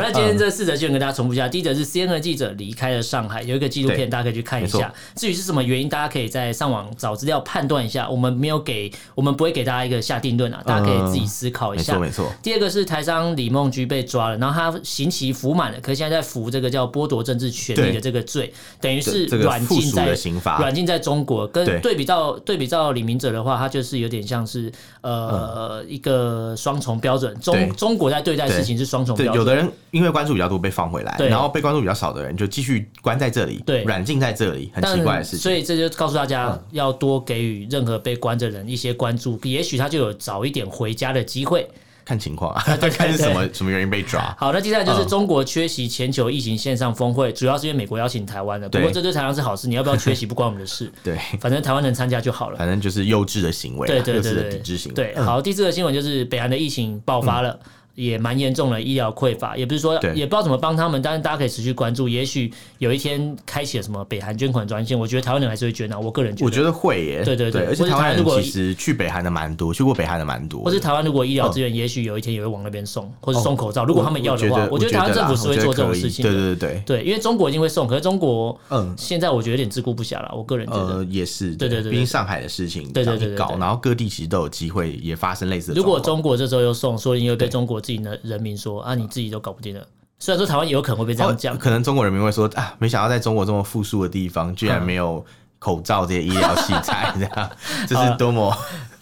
B: 那今
A: 嗯
B: 天这四则新闻跟大家重复一下。第一则是 CNN 记者离开了上海，有一个纪录
A: 对
B: 片，大家可以去看一
A: 没
B: 下
A: 错。
B: 至于是什么原因，大家可以在上网找资料判断一下。我们没有给，我们不会给大家一个下定论啊，大家可以自己思考
A: 嗯
B: 一
A: 没
B: 下。
A: 错没错，
B: 第二个是台商李梦居被抓了，然后他刑期服满了，可是现在在服这个叫剥夺政治权利的这个罪，等于是
A: 这这个
B: 软
A: 附
B: 禁
A: 属
B: 在
A: 的刑罚
B: 软禁在中国。
A: 对
B: 跟对比到对比到李明哲的话，他就是有点像是呃、一个双重标准，
A: 对
B: 中中国在对待事情是双重
A: 对，
B: 标
A: 有
B: 准。
A: 的人因为关注比较多被放回来，
B: 对
A: 然后被关注比较少的人就继续关在这里，
B: 对
A: 软禁在这里，很
B: 但
A: 奇怪的事情。嗯
B: 所以这就告诉大家，要多给予任何被关的人一些关注，也许他就有早一点回家的机会。
A: 看情况啊，
B: 对对
A: 看是什么什么原因被抓。
B: 好，那接下来就是
A: 嗯
B: 中国缺席全球疫情线上峰会，主要是因为美国邀请台湾的。不
A: 对
B: 过这对台湾是好事，你要不要缺席不关我们 的事，
A: 对，
B: 反正台湾能参加就好了。
A: 反正就是幼稚的行为啊，
B: 对对
A: 幼
B: 对
A: 稚的
B: 对
A: 抵制行嗯
B: 对，
A: 为。啊
B: 对好，第四个新闻就是北韩的疫情爆发了。也蛮严重的医疗匮乏，也不是说
A: 对
B: 也不知道怎么帮他们，但是大家可以持续关注，也许有一天开启了什么北韩捐款专线，我觉得台湾人还是会捐啊，我个人觉得，
A: 我觉得会耶，
B: 对对对
A: 而且
B: 或是
A: 台湾
B: 台湾如
A: 人
B: 果
A: 其实去北韩的蛮多，去过北韩的蛮多的，
B: 或是台湾如果
A: 嗯
B: 医疗资源，也许有一天也会往那边送，或是送口罩，如果他们要的话，
A: 我啊
B: 觉得台湾政府是会做这种事情的啊
A: 对，对对
B: 对，因为中国一定会送，可是中国，
A: 嗯
B: 嗯，现在我觉得有点自顾不暇了，我个人觉得。
A: 呃，也是，
B: 对对对对
A: 毕竟上海的事情
B: 对对对
A: 这样一
B: 对
A: 搞，
B: 对对
A: 然后各地其实都有机会也发生类似的
B: 如
A: 状
B: 果
A: 况。
B: 中国这时候又送，说不定又被
A: 对
B: 中国自己的人民说啊，你自己都搞不定了。虽然说台湾也有可能会被这样
A: 哦
B: 讲，
A: 可能中国人民会说啊，没想到在中国这么富庶的地方，居然没有口罩这些医疗器材，这样这
B: 呃
A: 是多么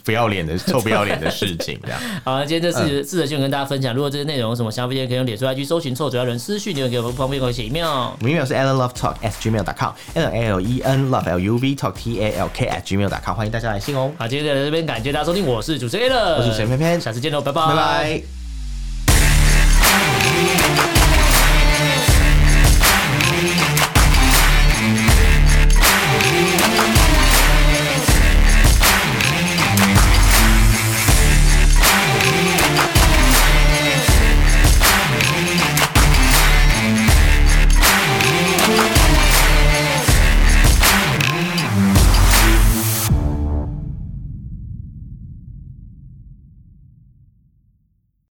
A: 不要脸的臭不要脸的事情，这样。
B: 好，今天这四四则新闻跟大家分享。如果这些内容有什么想法，也可以用脸书 IG 搜寻臭主要人私讯，你们给我们方便给我写 email。
A: 我们 email 是 allenlovetalk at gmail com l l e n love l u v talk t a l k at gmail com，欢迎大家来信哦。
B: 好，今天就到这边感谢大家收听，我是主持人 a l
A: 我是陈偏偏
B: 下次见喽，拜拜，
A: 拜拜。